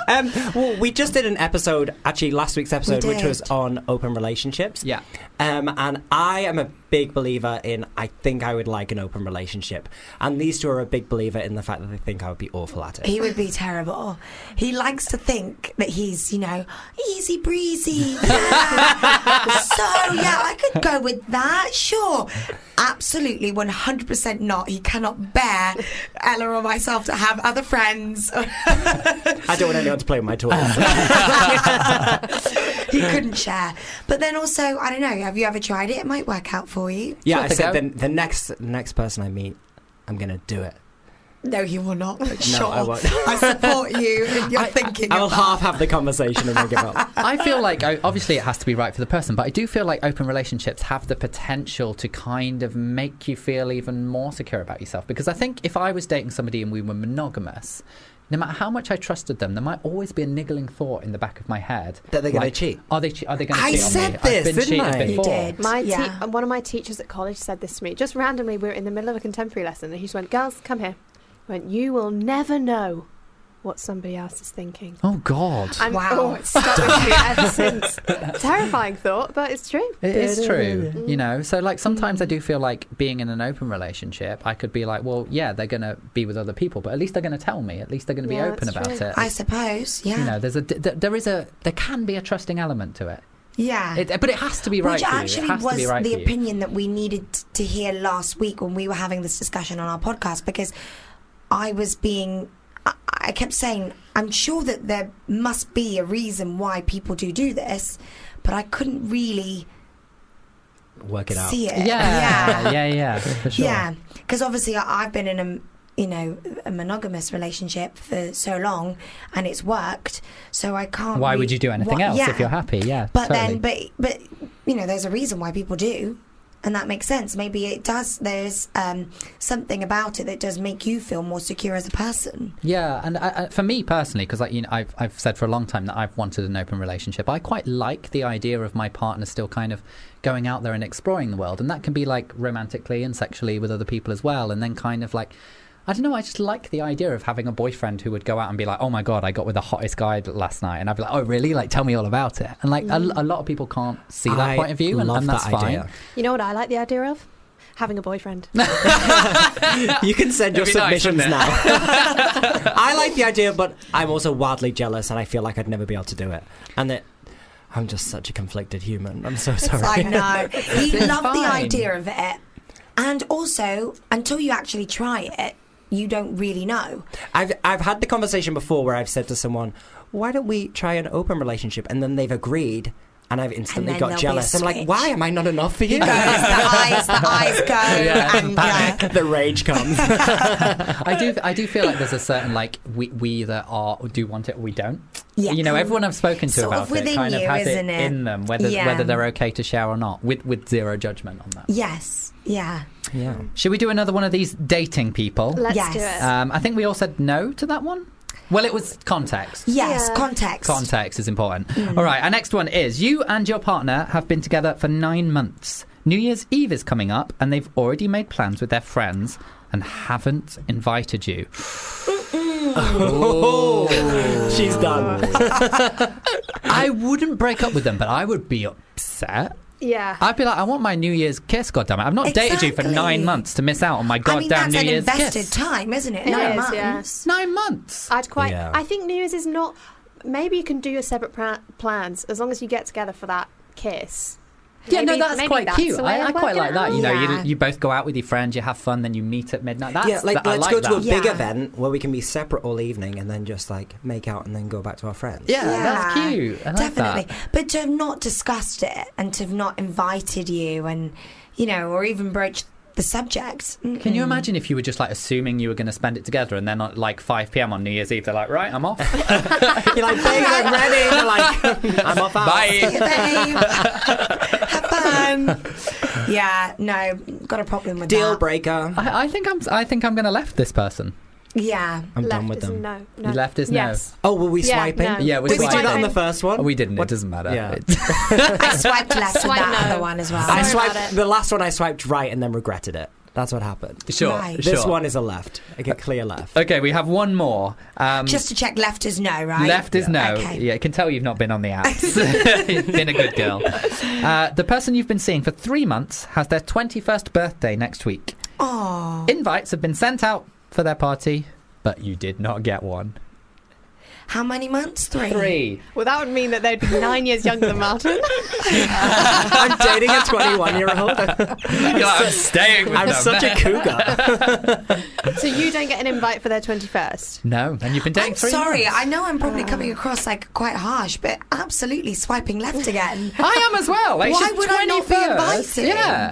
S5: Um, well, we just did an episode, actually last week's episode, which
S6: did.
S5: was on open relationships.
S4: Yeah.
S5: Um, and I am a big believer in I think I would like an open relationship, and these two are a big believer in the fact that they think I would be awful at it.
S6: He would be terrible. He likes to think that he's, you know, easy breezy. Yeah. so, yeah, I could go with that, sure. Absolutely, 100% not. He cannot bear Ella or myself to have other friends. (laughs)
S5: I don't want anyone to play with my toys.
S6: he couldn't share. But then also, I don't know, have you ever tried it? It might work out for you.
S5: yeah,
S4: Sure
S5: I
S4: to
S5: said
S4: go.
S5: the, the next the next person I meet, I'm gonna do it.
S6: No, he will not. sure.
S5: I won't.
S6: I support you in your thinking.
S5: I
S6: of
S5: will
S6: that.
S5: half have the conversation and then give
S6: (laughs)
S5: up.
S4: I feel like I- obviously it has to be right for the person, but I do feel like open relationships have the potential to kind of make you feel even more secure about yourself. Because I think if I was dating somebody and we were monogamous, no matter how much I trusted them, there might always be a niggling thought in the back of my head
S5: That they're gonna
S6: (laughs)
S5: cheat.
S4: Are they? Che- are they going to
S6: I
S4: cheat on
S5: said
S4: me?
S5: this,
S4: I've been
S5: didn't
S4: cheated
S5: I? You
S4: before.
S6: did.
S7: My
S6: Yeah.
S7: te- one of my teachers at college said this to me just randomly. We were in the middle of a contemporary lesson, and he just went, "Girls, come here." He went, "You will never know what somebody else is thinking."
S4: Oh God.
S7: And,
S6: Wow.
S7: Oh, it's stuck with me ever since. Terrifying thought, but it's true.
S4: It is true, you know. So, like, sometimes I do feel like being in an open relationship, I could be like, well, yeah, they're going to be with other people, but at least they're going to tell me. At least they're going to
S7: Yeah,
S4: be open
S7: that's
S4: about
S7: true.
S4: it.
S6: I suppose, yeah.
S4: you know there's a th- there is a there can be a trusting element to it,
S6: yeah.
S4: it but it has to be right
S6: Which
S4: for you. It
S6: actually
S4: has to
S6: was
S4: be right
S6: the
S4: for you.
S6: opinion that we needed t- to hear last week when we were having this discussion on our podcast because I was being. I- I kept saying, I'm sure that there must be a reason why people do do this, but I couldn't really
S5: Work it out.
S6: see it.
S4: yeah yeah yeah for (laughs) sure
S6: Yeah, because obviously I, I've been in a you know a monogamous relationship for so long, and it's worked. So I can't.
S4: why
S6: re-
S4: would you do anything
S6: why-
S4: else
S6: yeah.
S4: if you're happy yeah
S6: But
S4: totally.
S6: then, but but you know, there's a reason why people do, and that makes sense. Maybe it does. There's um, something about it that does make you feel more secure as a person.
S4: Yeah, and I, I, for me personally, because you know, I've I've said for a long time that I've wanted an open relationship. I quite like the idea of my partner still kind of going out there and exploring the world, and that can be like romantically and sexually with other people as well, and then kind of like. I don't know. I just like the idea of having a boyfriend who would go out and be like, "Oh my god, I got with the hottest guy last night," and I'd be like, "Oh really? Like, tell me all about it." And like, a, a lot of people can't see that
S5: Mm. I
S4: point of view, and,
S5: love
S4: and that's
S5: that
S4: fine. (laughs)
S5: idea.
S7: You know what I like the idea of? Having a (laughs) boyfriend.
S5: You can send your
S4: It'd be nice,
S5: submissions
S4: wouldn't
S5: now.
S4: (laughs)
S5: I like the idea, but I'm also wildly jealous, and I feel like I'd never be able to do it. And that
S4: (laughs)
S5: I'm just such a conflicted human. I'm so sorry.
S6: I know. He
S4: It's
S6: loved the
S4: fine.
S6: idea of it. And also, until you actually try it, you don't really know.
S5: I've I've had the conversation before where I've said to someone, "Why don't we try an open relationship?" and then they've agreed, and I've instantly
S6: then
S5: got
S6: there'll be a
S5: jealous. I'm like,
S6: switch.
S5: "Why am I not enough for you?"
S6: Goes, the
S5: (laughs)
S6: eyes, the eyes go,
S5: Oh,
S6: and yeah.
S5: the rage comes.
S4: I do. I do feel like there's a certain like we we either are or do want it or we don't.
S6: Yeah.
S4: You know, everyone I've spoken to
S6: Sort
S4: about
S6: of within
S4: it kind
S6: you,
S4: of has
S6: isn't it?
S4: in them whether
S6: Yeah.
S4: whether they're okay to share or not, with with zero judgment on that.
S6: Yes, yeah.
S5: yeah.
S4: Should we do another one of these dating people?
S7: Let's
S6: Yes.
S7: do it.
S4: Um, I think we all said no to that one. Well, it was context.
S6: Yes, Mm.
S7: Yeah.
S6: context.
S4: Context is important. All right, our next one is you and your partner have been together for nine months. New Year's Eve is coming up, and they've already made plans with their friends and haven't invited you.
S5: (laughs) She's done.
S4: I wouldn't break up with them, but I would be upset.
S7: yeah.
S4: I'd be like, I want my New Year's kiss, goddammit. I've not dated you for
S6: Exactly.
S4: nine months to miss out on my
S6: I
S4: goddamn
S6: mean, that's
S4: New
S6: an
S4: Year's
S6: invested
S4: kiss.
S6: time, isn't it?
S7: It
S6: Nine
S7: is,
S6: months.
S7: yeah.
S4: Nine months.
S7: I'd quite.
S5: Yeah.
S7: I think New Year's is not. Maybe you can do your separate pra- plans as long as you get together for that kiss.
S4: yeah, no,
S7: Maybe-
S4: that's
S7: maybe
S4: quite
S7: that's
S4: cute.
S7: the way
S4: I,
S7: of
S4: I quite
S7: working
S4: like
S7: it
S4: that. You know,
S7: out.
S6: Yeah.
S4: you, you both go out with your friends, you have fun, then you meet at midnight. That's,
S5: yeah, like
S4: that, I
S5: let's
S4: like
S5: go to a
S4: that.
S5: big
S6: Yeah.
S5: event where we can be separate all evening and then just like make out and then go back to our friends.
S4: Yeah, that's cute. I like
S6: definitely.
S4: that.
S6: But to have not discussed it and to have not invited you and, you know, or even broached the subject. (laughs) Mm.
S4: Can you imagine if you were just like assuming you were going to spend it together and then at like 5 p.m. on New Year's Eve, they're like, right, I'm off.
S5: You're like, babe, I'm
S7: (laughs)
S5: ready. You're like, I'm off out.
S4: Bye.
S6: Hey, babe. have fun. Yeah, no, got a problem with
S5: Deal
S6: that.
S5: breaker.
S4: (laughs) I, I think I'm. I think I'm going to left this person.
S6: Yeah.
S5: I'm
S7: Left
S5: done with
S7: is
S5: them.
S7: No, no.
S4: You left is no.
S7: yes.
S5: Oh, were we
S7: Yeah,
S5: swiping?
S7: no.
S4: Yeah, we're
S5: Did we do
S4: swiping.
S5: that on the first one?
S4: Oh, we didn't.
S5: What-
S4: It doesn't matter. (laughs)
S5: Yeah.
S4: It's- (laughs)
S6: I swiped left with
S7: Swipe
S6: that
S7: no.
S6: other one as well.
S5: I
S7: Sorry about
S5: swiped
S7: it.
S5: the last one. I swiped right and then regretted it. That's what happened.
S4: sure.
S6: Right.
S4: sure.
S5: This one is a left, like a clear
S4: (laughs)
S5: left.
S4: Okay, we have one more. Um,
S6: Just to check, left is no, right?
S4: left is no.
S6: Okay.
S4: Yeah, I can tell you've not been on the
S6: (laughs)
S4: apps. You've been a good girl. Uh, the person you've been seeing for three months has their 21st birthday next week.
S6: Oh.
S4: Invites have been sent out for their party, but you did not get one.
S6: How many months? Three.
S4: Three.
S7: Well, that would mean that they'd be nine years younger than (laughs) Martin.
S5: I'm dating a 21 year
S4: (laughs)
S5: old.
S4: You're like, I'm staying with
S5: I'm
S4: them. (laughs)
S5: such a cougar.
S7: so you don't get an invite for their 21st.
S4: No, and you've been dating
S6: I'm
S4: three
S6: sorry.
S4: months.
S6: I know I'm
S4: Uh.
S6: probably coming across like quite harsh, but absolutely swiping left again.
S4: I am as well. Like,
S6: Why
S4: she's
S6: would I not be
S4: 21st.
S6: invited?
S4: Yeah.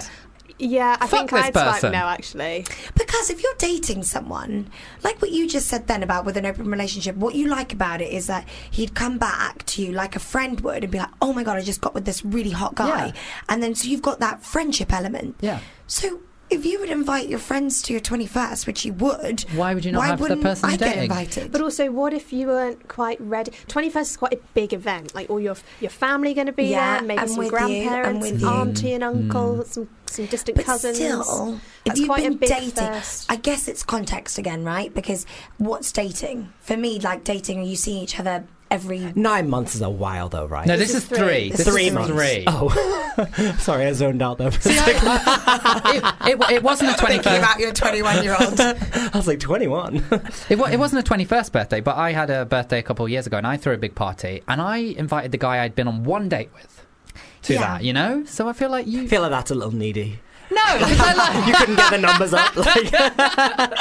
S7: Yeah, I
S4: Fuck
S7: think
S4: this
S7: I'd
S4: person.
S7: swipe no, actually.
S6: Because if you're dating someone, like what you just said then about with an open relationship, what you like about it is that he'd come back to you like a friend would and be like, oh my God, I just got with this really hot guy.
S4: Yeah.
S6: And then so you've got that friendship element.
S4: Yeah.
S6: So if you would invite your friends to your 21st, which you would,
S4: Why would you not have the
S6: wouldn't
S4: person
S6: I
S4: you're
S6: get
S4: dating?
S6: invited?
S7: But also, what if you weren't quite ready? 21st is quite a big event. Like, all your your family going to be
S6: Yeah,
S7: there, maybe
S6: I'm
S7: some
S6: with you, I'm
S7: grandparents,
S6: with
S7: an
S6: you.
S7: auntie and uncle, some, some distant
S6: But
S7: cousins.
S6: still, if
S7: That's
S6: you've
S7: quite a
S6: been
S7: big
S6: dating,
S7: first.
S6: I guess it's context again, right? Because what's dating? For me, like dating, you see each other every.
S5: Nine months is a while though, right?
S4: No, this, is three. This
S5: three
S4: is
S5: months.
S4: Three.
S5: Oh, (laughs) sorry, I zoned out there. for a second.
S4: It, it, it
S6: (laughs)
S4: wasn't a twenty
S5: Uh.
S6: Thinking
S4: first.
S6: about your 21 year
S5: (laughs)
S6: old.
S5: I was like 21.
S4: It, wa- it wasn't a twenty first birthday, but I had a birthday a couple of years ago, and I threw a big party, and I invited the guy I'd been on one date with to
S6: Yeah.
S4: that. You know, so I feel like you.
S5: (laughs) I feel like that's a little
S4: (laughs)
S5: needy.
S4: no,
S6: (laughs)
S4: 'cause I like.
S5: You couldn't get the numbers up. (laughs)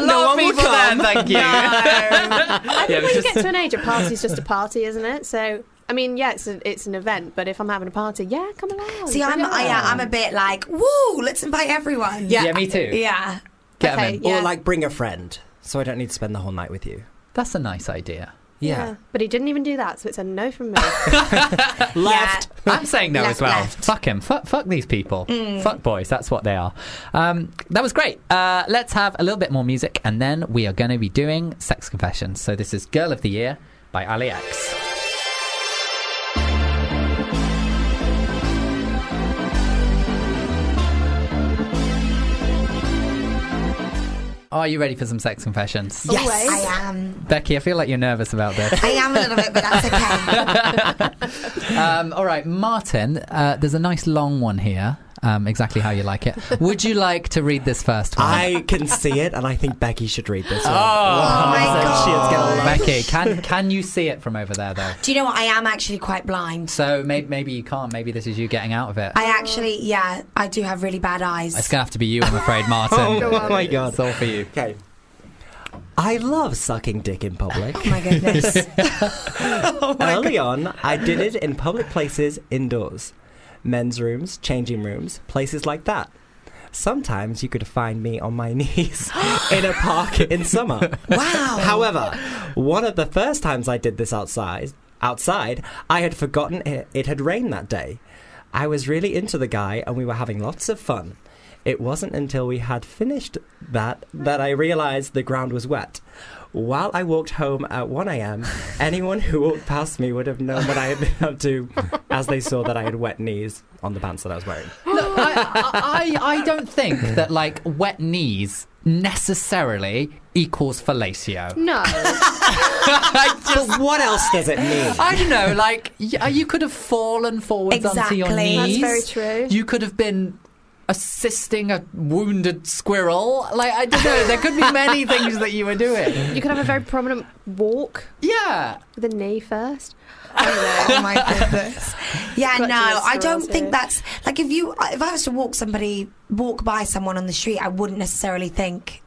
S4: a lot
S5: no
S4: of
S5: one will
S4: people (laughs)
S5: come.
S4: there, thank you.
S7: I
S4: Yeah,
S7: think
S4: it
S7: when
S4: was
S7: you get to an age, a party's just a party, isn't it? So, I mean, yeah, it's, a, it's an event, but if I'm having a party, yeah, come along.
S6: See, I'm I, yeah, I'm a bit like, woo, let's invite everyone.
S4: yeah, me too.
S6: Yeah.
S4: Get 'em
S7: Okay,
S4: in.
S7: yeah.
S5: Or like bring a friend, so I don't need to spend the whole night with you.
S4: That's a nice idea.
S5: Yeah.
S7: But he didn't even do that, so it's a no from me.
S5: Left.
S4: I'm saying no
S6: Left,
S4: as well.
S6: left. Mm.
S4: Fuck him. Fuck, fuck these people. Fuck boys. That's what they are. Um, that was great. Uh, let's have a little bit more music, and then we are going to be doing sex confessions. So this is "Girl of the Year" by Ali X. Are you ready for some sex confessions?
S6: Yes,
S7: Always.
S6: I am.
S4: Becky, I feel like you're nervous about this.
S6: I am a little bit, but
S4: (laughs)
S6: that's
S4: Oh,
S6: okay.
S4: Um, all right, Martin. Uh, there's a nice long one here. um, exactly how you like it. Would you like to read this first one?
S5: I can see it, and I think Becky should read this one.
S4: Oh,
S6: my
S5: Wow. Shit's gonna love it.
S4: Becky, can can you see it from over there though?
S6: Do you know what? I am actually quite blind.
S4: So maybe maybe you can't. Maybe this is you getting out of it.
S6: I actually, yeah, I do have really bad
S4: it's
S6: eyes.
S4: gonna have to be you, I'm afraid, Martin.
S5: Oh my
S4: It's
S5: god.
S4: all for you.
S5: Okay. I love sucking dick in public.
S6: Oh my goodness.
S4: (laughs)
S5: Early on, I did it in public places indoors, men's rooms, changing rooms, places like that. Sometimes you could find me on my (laughs) knees in a park in summer.
S6: wow.
S5: However, one of the first times I did this outside, outside, I had forgotten it, it had rained that day. I was really into the guy and we were having lots of fun. It wasn't until we had finished that that I realized the ground was wet. While I walked home at 1 a.m., anyone who walked past me would have known what I had been up to as they saw that I had wet knees on the pants that I was wearing.
S4: No, I, I, I don't think that like wet knees necessarily equals
S6: (laughs)
S4: fellatio.
S7: No.
S4: I just
S5: But what else does it mean?
S4: (laughs)
S5: (laughs)
S4: I don't know, like y- you could have fallen forwards onto your
S6: Exactly.
S4: knees.
S6: That's
S7: very true.
S4: You could have been assisting a wounded squirrel. Like I don't know, there could be
S5: (laughs)
S4: many things that you were doing.
S7: you could have a very prominent walk
S4: Yeah.
S7: with a knee first.
S6: oh my goodness. Yeah,
S7: Clutching
S6: no,
S7: his
S6: I don't
S7: squirrels
S6: think
S7: here.
S6: that's like if you if I was to walk somebody walk by someone on the street, I wouldn't necessarily think,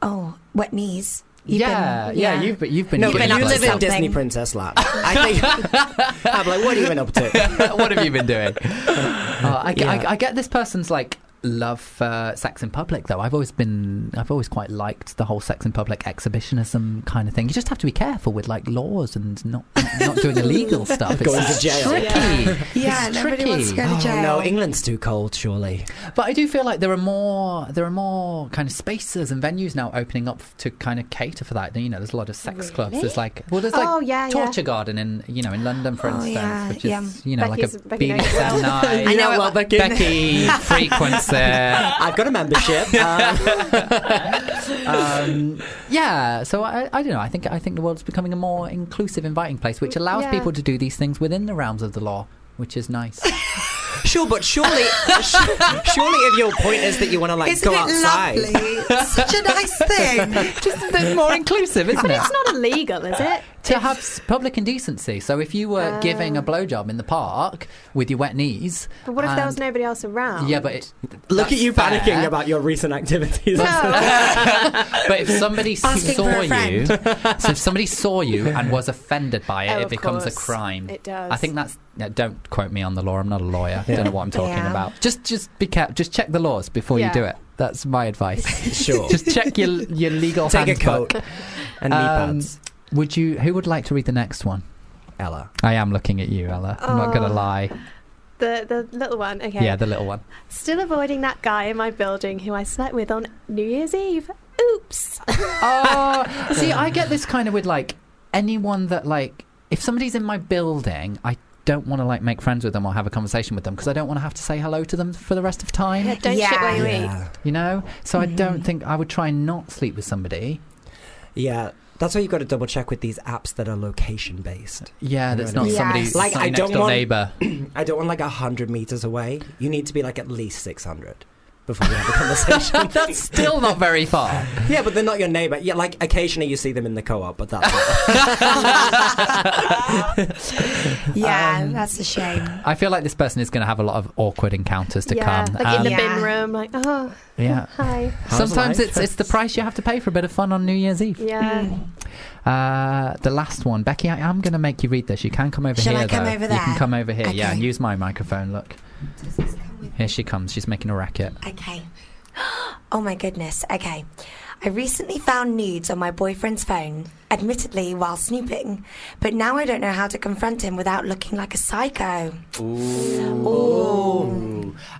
S6: oh, wet knees. You've
S4: yeah,
S6: been-
S4: yeah, you've been you've been
S5: No,
S6: You've
S5: but
S6: been up
S5: you
S6: to
S5: live in
S6: something.
S5: Disney Princess (laughs) Land. I think (laughs) I'm like, what have you been up to?
S4: (laughs) what have you been
S5: (laughs)
S4: doing? Uh, I,
S5: Yeah.
S4: I, I get this person's like love for sex in public though. I've always been, I've always quite liked the whole sex in public exhibitionism kind of thing. You just have to be careful with like laws and not not
S5: (laughs)
S4: doing illegal stuff.
S5: Going
S4: it's
S5: to jail.
S4: tricky.
S6: Yeah,
S4: it's
S6: nobody
S4: tricky.
S6: wants to go to jail.
S5: Oh, No, England's too cold, (laughs) surely.
S4: But I do feel like there are more there are more kind of spaces and venues now opening up to kind of cater for that. You know, there's a lot of sex clubs. There's like well, there's like
S7: Oh, yeah, yeah.
S4: Torture Garden in you know in London, for
S6: Oh,
S4: instance,
S6: yeah,
S4: which is
S6: yeah.
S4: you know
S7: Becky's-
S4: like a
S7: Becky knows it
S4: BDSM
S7: well. (laughs)
S4: night.
S6: I know
S5: well,
S6: it well.
S5: Becky.
S4: Becky frequency.
S5: Uh, I've got a (laughs) membership. Um,
S4: Um, yeah, so I, I don't know. I think I think the world's becoming a more inclusive, inviting place, which allows
S7: Yeah.
S4: people to do these things within the realms of the law, which is
S7: (laughs)
S4: nice.
S5: sure, but surely, (laughs) surely, if your point is that you want to like
S6: Isn't
S5: go
S6: it
S5: outside, (laughs)
S6: lovely? Such a nice thing.
S4: Just a bit more inclusive, isn't it?
S7: It's not illegal, is it?
S4: to have s- public indecency. So if you were giving a blowjob in the park with your wet knees,
S7: Oh. But what if there was
S4: and-
S7: nobody else around?
S4: Yeah, but it,
S5: look
S4: that's
S5: at you panicking
S4: fair.
S5: about your recent activities. (laughs)
S7: No.
S4: But if
S7: (laughs)
S4: somebody
S6: Asking
S4: saw
S6: for a
S4: you, (laughs) so if somebody saw you and was offended by it,
S7: Oh,
S4: it
S7: of
S4: becomes a
S7: course.
S4: crime.
S7: It does.
S4: I think that's. yeah, don't quote me on the law. I'm not a lawyer. I don't know what I'm talking
S6: Yeah.
S4: about. Just, just be careful. Just check the laws before you
S7: Yeah.
S4: do it. That's my
S5: (laughs)
S4: advice.
S5: Sure.
S4: just check your your legal
S5: Take a
S4: handbook.
S5: coat and knee
S4: Um,
S5: pads.
S4: Would you? Who would like to read the next one?
S5: Ella.
S4: I am looking at you, Ella. I'm not going to
S7: Oh.
S4: lie.
S7: The, the little one, okay.
S4: Yeah, the little one.
S7: Still avoiding that guy in my building who I slept with on New Year's Eve. Oops.
S4: Oh, see, I get this kind of with like anyone that like if somebody's in my building, I don't want to like make friends with them or have a conversation with them because I don't want to have to say hello to them for the rest of time.
S7: Don't shit where you eat.
S5: Yeah.
S4: You know, so I don't think I would try and not sleep with somebody.
S5: yeah, that's why you've got to double check with these apps that are location based.
S4: Yeah, that's
S5: know
S4: not
S5: what I
S6: mean?
S4: somebody.
S6: Yes.
S4: that's
S5: Like,
S4: not
S5: I
S4: your
S5: don't
S4: next door
S5: want-
S4: neighbor. (laughs)
S5: I don't want like hundred meters away. You need to be like at least six hundred before you have a
S6: (laughs)
S5: conversation.
S4: That's still not very far. (laughs)
S5: yeah, but they're not your neighbor. Yeah, like occasionally you see them in the co-op, but that's.
S4: (laughs)
S5: it.
S6: Yeah, that's a shame.
S4: I feel like this person is going to have a lot of awkward encounters to
S7: yeah,
S4: come.
S7: like in
S4: Um,
S7: the
S6: Yeah.
S7: bin room, like, oh,
S4: yeah.
S7: hi.
S4: Sometimes
S5: life?
S4: it's it's the price you have to pay for a bit of fun on New Year's Eve.
S7: Yeah.
S4: Uh, the last one, Becky. I am going to make you read this. You can come over
S6: Shall
S4: here.
S6: I come
S4: though.
S6: over
S4: You can
S6: there?
S4: come over here. Yeah,
S6: Okay.
S4: and use my microphone. Look, here she comes. She's making a racket.
S6: Okay. (gasps) Oh my goodness. Okay. I recently found nudes on my boyfriend's phone, admittedly while snooping, but now I don't know how to confront him without looking like a psycho.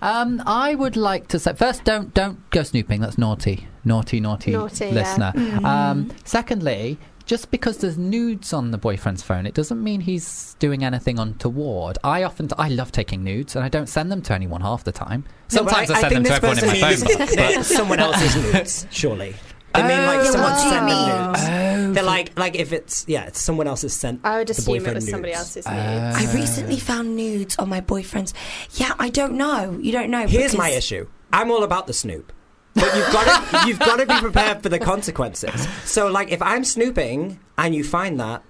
S4: Um, I would like to say first, don't don't go snooping. That's naughty, naughty, naughty,
S7: Naughty, yeah.
S4: listener. Um, secondly, just because there's nudes on the boyfriend's phone, it doesn't mean he's doing anything untoward. I often I love taking nudes, and I don't send them to anyone half the time.
S5: No, but
S4: Sometimes I, send
S5: think
S4: them to
S5: this (laughs)
S4: everyone in my
S5: person
S4: phone. box,
S5: needs someone else's nudes, surely. They mean
S7: Oh,
S5: like
S6: Yeah,
S5: someone
S6: what do you
S5: sent them
S6: mean?
S5: nudes.
S4: Oh.
S5: They're like like if it's yeah, it's someone else has sent.
S7: I would
S5: the
S7: assume it
S5: boyfriend
S7: was somebody
S5: nudes.
S7: else's nudes.
S6: I recently found nudes on my boyfriend's. Yeah, I don't know. You don't know.
S5: Here's my
S6: because-
S5: issue. I'm all about the Snoop. But you've got to (laughs) you've got to be prepared for the consequences. So like if I'm snooping and you find that,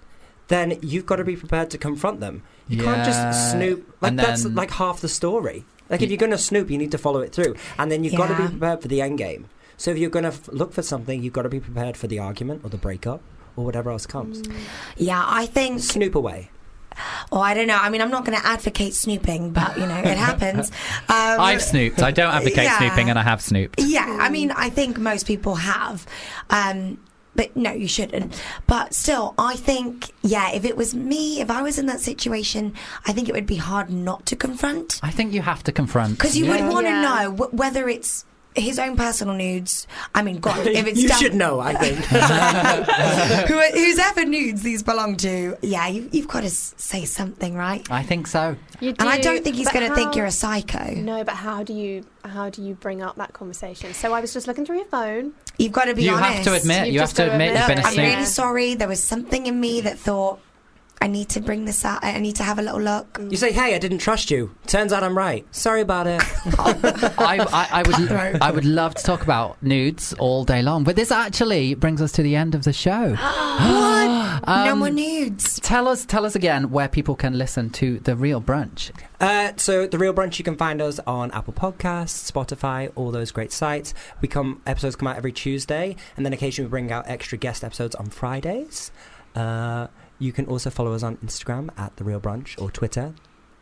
S5: then you've got to be prepared to confront them. You can't
S4: Yeah.
S5: just snoop. Like
S4: And
S5: that's
S4: then-
S5: like half the story. Like if you're going to snoop, you need to follow it through, and then you've got to
S6: Yeah.
S5: be prepared for the end game. So if you're going to f- look for something, you've got to be prepared for the argument or the breakup or whatever else comes.
S6: Mm. Yeah, I think.
S5: Snoop away.
S6: Oh, I don't know. I mean, I'm not going to advocate snooping, but you know, it happens. Um,
S4: I've snooped. I don't advocate
S6: Yeah.
S4: snooping, and I have snooped.
S6: Yeah, I mean, I think most (laughs) people have. Um, but no, you shouldn't. But still, I think, yeah, if it was me, if I was in that situation, I think it would be hard not to confront.
S4: I think you have to confront.
S6: Because you
S5: Yeah.
S6: would want to
S7: Yeah.
S6: know wh- whether it's his own personal nudes. I mean,
S5: (laughs)
S6: God, if it's
S5: you
S6: done-
S5: should know, I
S6: (laughs)
S5: think.
S7: (laughs)
S6: Who, whose ever nudes these belong to. Yeah, you, you've got to s- say something, right?
S4: I think so.
S7: You
S6: And I
S7: do,
S6: don't think he's
S7: but
S6: going to think
S7: how-
S6: you're a psycho.
S7: No, but how do you how do you bring up that conversation? So I was just looking through your phone.
S6: You've got to be
S4: you
S6: honest.
S4: have to admit.
S7: You've
S4: you have
S7: just
S4: to
S7: gotta
S4: admit
S7: admit
S4: you've been
S6: Look,
S4: a
S6: I'm
S4: snoop.
S6: really sorry. There was something in me that thought, I need to bring this out. I need to have a little look.
S5: you say, "Hey, I didn't trust you." Turns out I'm right. Sorry about it.
S4: I, I, I would I would love to talk about nudes all day long, but this actually brings us to the end of the show.
S6: What? no
S4: (gasps) Um,
S6: more nudes.
S4: Tell us tell us again where people can listen to the real brunch.
S5: Uh, so the real brunch you can find us on apple podcasts spotify all those great sites we come episodes come out every tuesday and then occasionally we bring out extra guest episodes on fridays uh, you can also follow us on instagram at the real brunch or twitter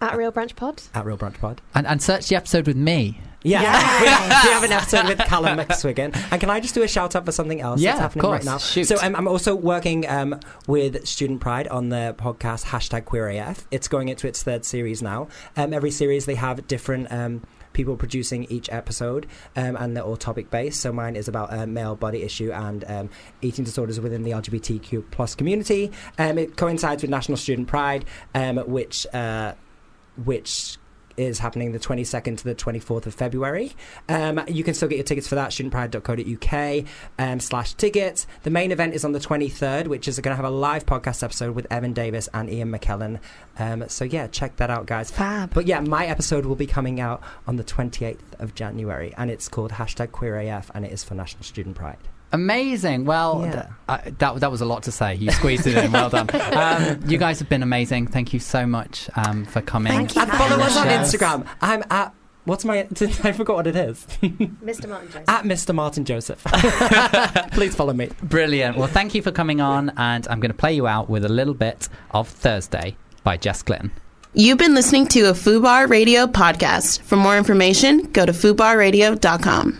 S7: At Real Branch Pod.
S5: at real brunch pod
S4: And and search the episode with me.
S5: yeah, (laughs)
S6: Yes.
S5: we, have, we have an episode with Callum McSwiggan. And can I just do a shout out for something else
S4: Yeah,
S5: that's
S4: of
S5: happening
S4: course.
S5: right now?
S4: Shoot.
S5: So um, I'm also working um, with Student Pride on the podcast hashtag QueerAF. It's going into its third series now. Um, every series they have different. Um, People producing each episode, um, and they're all topic based. So mine is about uh, male body issue and um, eating disorders within the LGBTQ plus community. Um, it coincides with National Student Pride, um, which uh, which is happening the 22nd to the 24th of February. Um, you can still get your tickets for that, studentpride.co.uk um, slash tickets. The main event is on the 23rd, which is going to have a live podcast episode with Evan Davis and Ian McKellen. Um, so, yeah, check that out, guys.
S6: Fab.
S5: But, yeah, my episode will be coming out on the 28th of January, and it's called hashtag QueerAF, and it is for National Student Pride.
S4: Amazing. Well,
S5: Yeah.
S4: th- I, that that was a lot to say. You squeezed it in. Well done. Um, you guys have been amazing. Thank you so much um, for coming.
S6: Thank you
S5: And follow us on
S4: Yes.
S5: Instagram. I'm at... What's my... (laughs) I forgot what it is.
S7: Mr. Martin Jones.
S5: at Mr. Martin Joseph. (laughs) Please follow me.
S4: Brilliant. Well, thank you for coming on, and I'm going to play you out with a little bit of Thursday by Jess Glynn.
S1: You've been listening to a FUBAR Radio podcast. For more information, go to fubarradio.com.